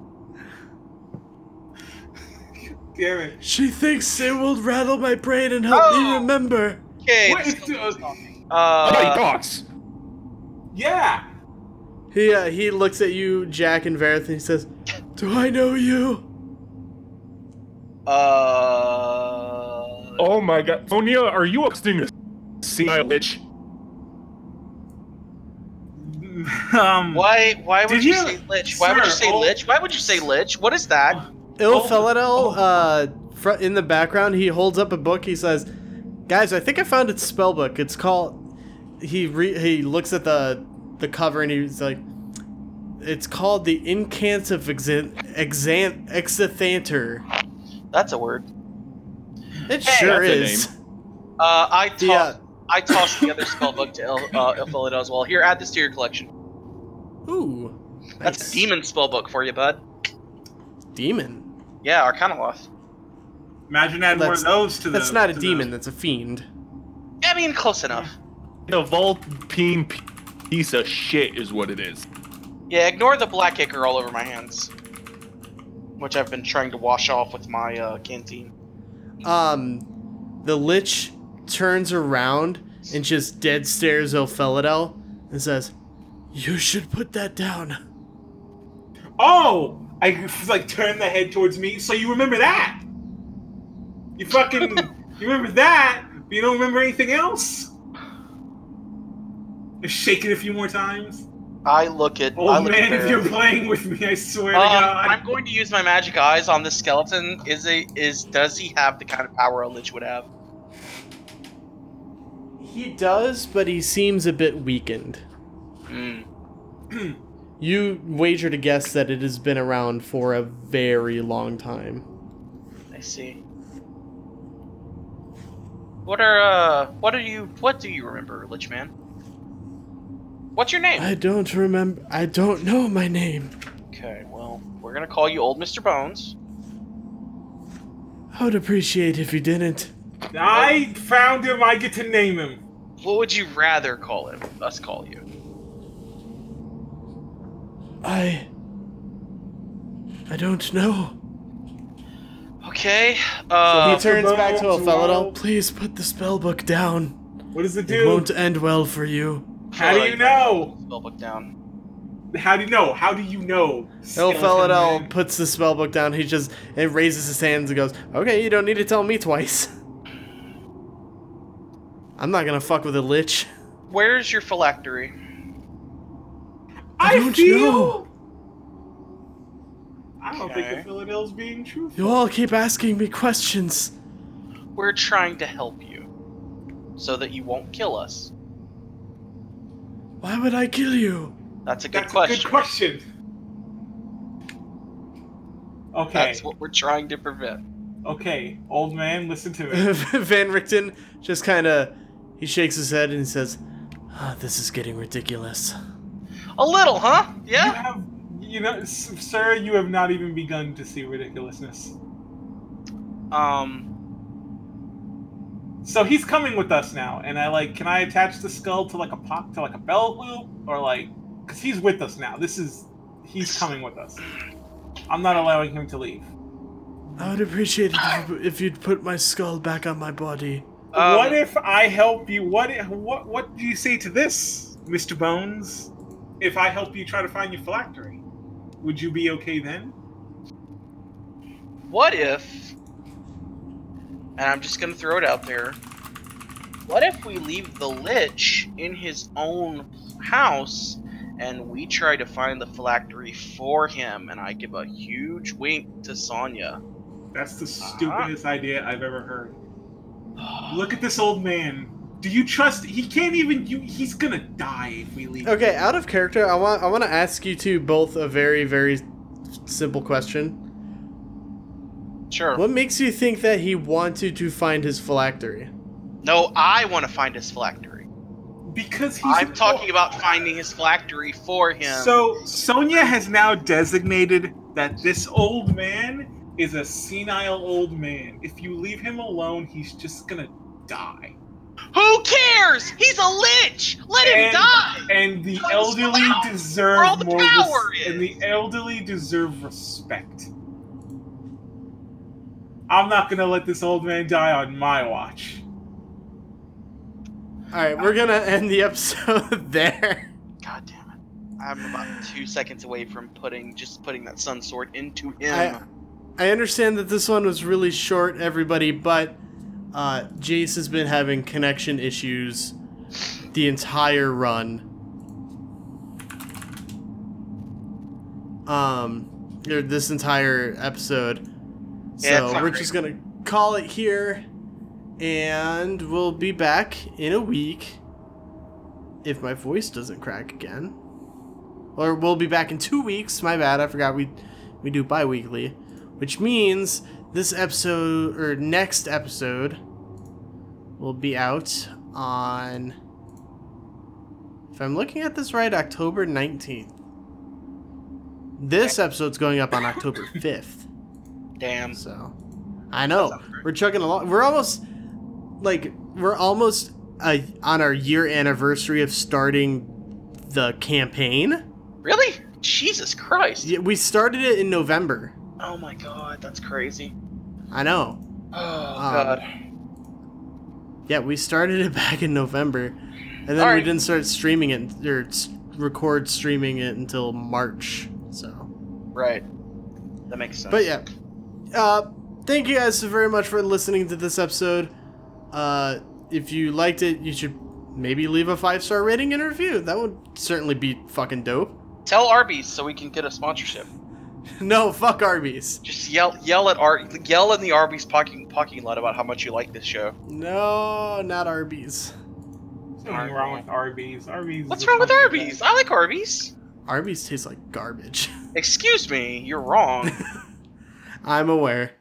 Speaker 3: Damn it.
Speaker 1: She thinks it will rattle my brain and help me
Speaker 4: Oh.
Speaker 1: remember.
Speaker 4: Okay.
Speaker 3: What
Speaker 4: the
Speaker 3: is the-
Speaker 4: skeleton's talking.
Speaker 2: Hey,
Speaker 4: Uh,
Speaker 2: dogs.
Speaker 3: Yeah. *laughs*
Speaker 1: He uh, he looks at you, Jack and Verith, and he says, "Do I know you?"
Speaker 4: uh,
Speaker 2: Oh my god. Fonia, are you upstairs? senile lich?
Speaker 3: Um.
Speaker 4: why? Why would
Speaker 3: Did
Speaker 4: you,
Speaker 3: you-
Speaker 4: say lich? Why would you
Speaker 3: Sir,
Speaker 4: say
Speaker 3: oh-
Speaker 4: lich? Why would you say lich? What is that?
Speaker 1: Il
Speaker 3: Oh.
Speaker 1: Feladel, uh, fr- in the background, he holds up a book. He says, "Guys, I think I found its spell book. It's called." He re- he looks at the the cover and he's like, "It's called the Incants of Exan- Exan- Exanthanter."
Speaker 4: That's a word.
Speaker 1: It
Speaker 4: Hey.
Speaker 1: sure
Speaker 2: That's a
Speaker 1: is.
Speaker 4: Uh, I toss.
Speaker 1: Yeah.
Speaker 4: I tossed the other spellbook to El, uh, Elphiladel as well. Here, add this to your collection.
Speaker 1: Ooh,
Speaker 4: That's
Speaker 1: nice.
Speaker 4: a demon spellbook for you, bud.
Speaker 1: Demon.
Speaker 4: Yeah, Arcanoloth.
Speaker 3: Imagine adding one
Speaker 1: That's-
Speaker 3: of those to the.
Speaker 1: That's not a
Speaker 3: to
Speaker 1: demon.
Speaker 3: The,
Speaker 1: That's a fiend.
Speaker 4: I mean, close enough.
Speaker 2: The Vulpine piece of shit is what it is.
Speaker 4: Yeah, ignore the black ichor all over my hands, which I've been trying to wash off with my uh, canteen.
Speaker 1: Um, the lich turns around and just dead stares Ophelidel and says, "You should put that down."
Speaker 3: oh, I like turned the head towards me. So you remember that? You fucking.
Speaker 1: *laughs*
Speaker 3: you remember that? But you don't remember anything else? Shake it a few more times.
Speaker 4: I look at. I
Speaker 3: *laughs* Oh
Speaker 4: look
Speaker 3: man,
Speaker 4: at
Speaker 3: if
Speaker 4: Barrett.
Speaker 3: you're playing with me, I swear to
Speaker 4: Um,
Speaker 3: God.
Speaker 4: I'm going to use my magic eyes on this skeleton. Is it is does he have the kind of power a lich would have?
Speaker 1: He does, but he seems a bit weakened.
Speaker 4: Hmm.
Speaker 1: You wager to guess that it has been around for a very long time.
Speaker 4: I see. What are uh? What are you? What do you remember, lich man? What's your name?
Speaker 1: I don't remember. I don't know my name.
Speaker 4: Okay, well, we're gonna call you old Mister Bones.
Speaker 1: I would appreciate if you didn't.
Speaker 3: I found him. I get to name him.
Speaker 4: What would you rather call him? Us call you.
Speaker 1: I. I don't know.
Speaker 4: Okay. Uh,
Speaker 1: he turns back to
Speaker 3: Ophelidel.
Speaker 1: Ophelidel. Please put the spellbook down.
Speaker 3: What does it
Speaker 1: It
Speaker 3: do?
Speaker 1: won't end well for you.
Speaker 3: How do you know?
Speaker 4: Spellbook down.
Speaker 3: How do you know? How do you know?
Speaker 1: El
Speaker 3: Skeleton
Speaker 1: Feladel
Speaker 3: man?
Speaker 1: puts the spellbook down. He just and raises his hands and goes, "Okay, you don't need to tell me twice. *laughs* I'm not gonna fuck with a lich.
Speaker 4: Where's your phylactery?
Speaker 1: I
Speaker 3: I
Speaker 1: don't
Speaker 3: feel.
Speaker 1: know.
Speaker 3: I don't
Speaker 4: Okay.
Speaker 3: think the Philadelphia's being truthful.
Speaker 1: You all keep asking me questions.
Speaker 4: We're trying to help you, so that you won't kill us.
Speaker 1: Why would I kill you? *laughs*
Speaker 4: That's a good
Speaker 3: That's
Speaker 4: question.
Speaker 3: a good question. Okay.
Speaker 4: That's what we're trying to prevent.
Speaker 3: Okay, old man, listen
Speaker 1: *laughs*
Speaker 3: to me.
Speaker 1: Van Richten just kind of he shakes his head and he says, Ah, "This is getting ridiculous."
Speaker 4: A little, huh?
Speaker 3: You
Speaker 4: Yeah.
Speaker 3: have, you know, s- sir, you have not even begun to see ridiculousness.
Speaker 4: Um.
Speaker 3: So he's coming with us now, and I like. Can I attach the skull to like a pop to like a belt loop or like? Because he's with us now. This is he's coming with us. I'm not allowing him to leave.
Speaker 1: I would appreciate it if you- if you'd put my skull back on my body.
Speaker 4: Um,
Speaker 3: what if I help you? What if, what what do you say to this, Mister Bones? If I help you try to find your phylactery, would you be okay then?
Speaker 4: What if, and I'm just gonna throw it out there, what if we leave the Lich in his own house and we try to find the phylactery for him? And I give a huge wink to Sonya.
Speaker 3: That's the
Speaker 4: Ah.
Speaker 3: stupidest idea I've
Speaker 4: *sighs*
Speaker 3: ever heard. Look at this old man. Do you trust? He can't even. You, he's gonna die if we leave.
Speaker 1: Okay, out of character, I want I want to ask you two both a very very simple question.
Speaker 4: Sure.
Speaker 1: What makes you think that he wanted to find his phylactery?
Speaker 4: No, I want to find his phylactery.
Speaker 3: Because he's.
Speaker 4: I'm talking about finding his phylactery for him.
Speaker 3: So Sonia has now designated that this old man is a senile old man. If you leave him alone, he's just gonna die.
Speaker 4: who cares? He's a Lich. Let him
Speaker 3: And-
Speaker 4: die.
Speaker 3: And the
Speaker 4: Because
Speaker 3: elderly
Speaker 4: that's
Speaker 3: deserve
Speaker 4: where all the
Speaker 3: more.
Speaker 4: power is.
Speaker 3: res- And the elderly deserve respect. I'm not gonna let this old man die on my watch.
Speaker 1: All right, we're gonna end the episode *laughs* there.
Speaker 4: God damn it. I'm about two seconds away from putting just putting that sun sword into him.
Speaker 1: I I understand that this one was really short, everybody, but uh, Jace has been having connection issues the entire run. Um, or this entire episode.
Speaker 4: Yeah,
Speaker 1: So
Speaker 4: it's not
Speaker 1: we're
Speaker 4: great.
Speaker 1: just gonna call it here, and we'll be back in a week if my voice doesn't crack again. Or we'll be back in two weeks. My bad. I forgot we we do bi-weekly, which means this episode or next episode will be out on. If I'm looking at this right, October 19th. This episode's going up on October 5th.
Speaker 4: Damn.
Speaker 1: So, I know
Speaker 4: That sounds great.
Speaker 1: we're chugging along. We're almost like we're almost uh, on our year anniversary of starting the campaign.
Speaker 4: Really? Jesus Christ.
Speaker 1: Yeah, We started it in November.
Speaker 4: Oh my god, that's crazy.
Speaker 1: I know.
Speaker 4: Oh god.
Speaker 1: Yeah, we started it *laughs* back in November, and then we
Speaker 4: Alright.
Speaker 1: didn't start streaming it or s- record streaming it until March. So.
Speaker 4: Right. That makes sense.
Speaker 1: But yeah, uh, thank you guys so very much for listening to this episode. Uh, if you liked it, you should maybe leave a five star rating and review. That would certainly be fucking dope. *laughs*
Speaker 4: Tell Arby's so we can get a sponsorship.
Speaker 1: no, fuck Arby's.
Speaker 4: Just yell yell at Ar- yell in the Arby's parking parking lot about how much you like this show.
Speaker 1: No, not Arby's.
Speaker 3: There's nothing wrong with Arby's. Arby's. is
Speaker 4: What's
Speaker 3: a
Speaker 4: wrong with
Speaker 3: bunch of
Speaker 4: Arby's? I like Arby's.
Speaker 1: Arby's tastes like garbage. *laughs*
Speaker 4: Excuse me, you're wrong.
Speaker 1: I'm aware.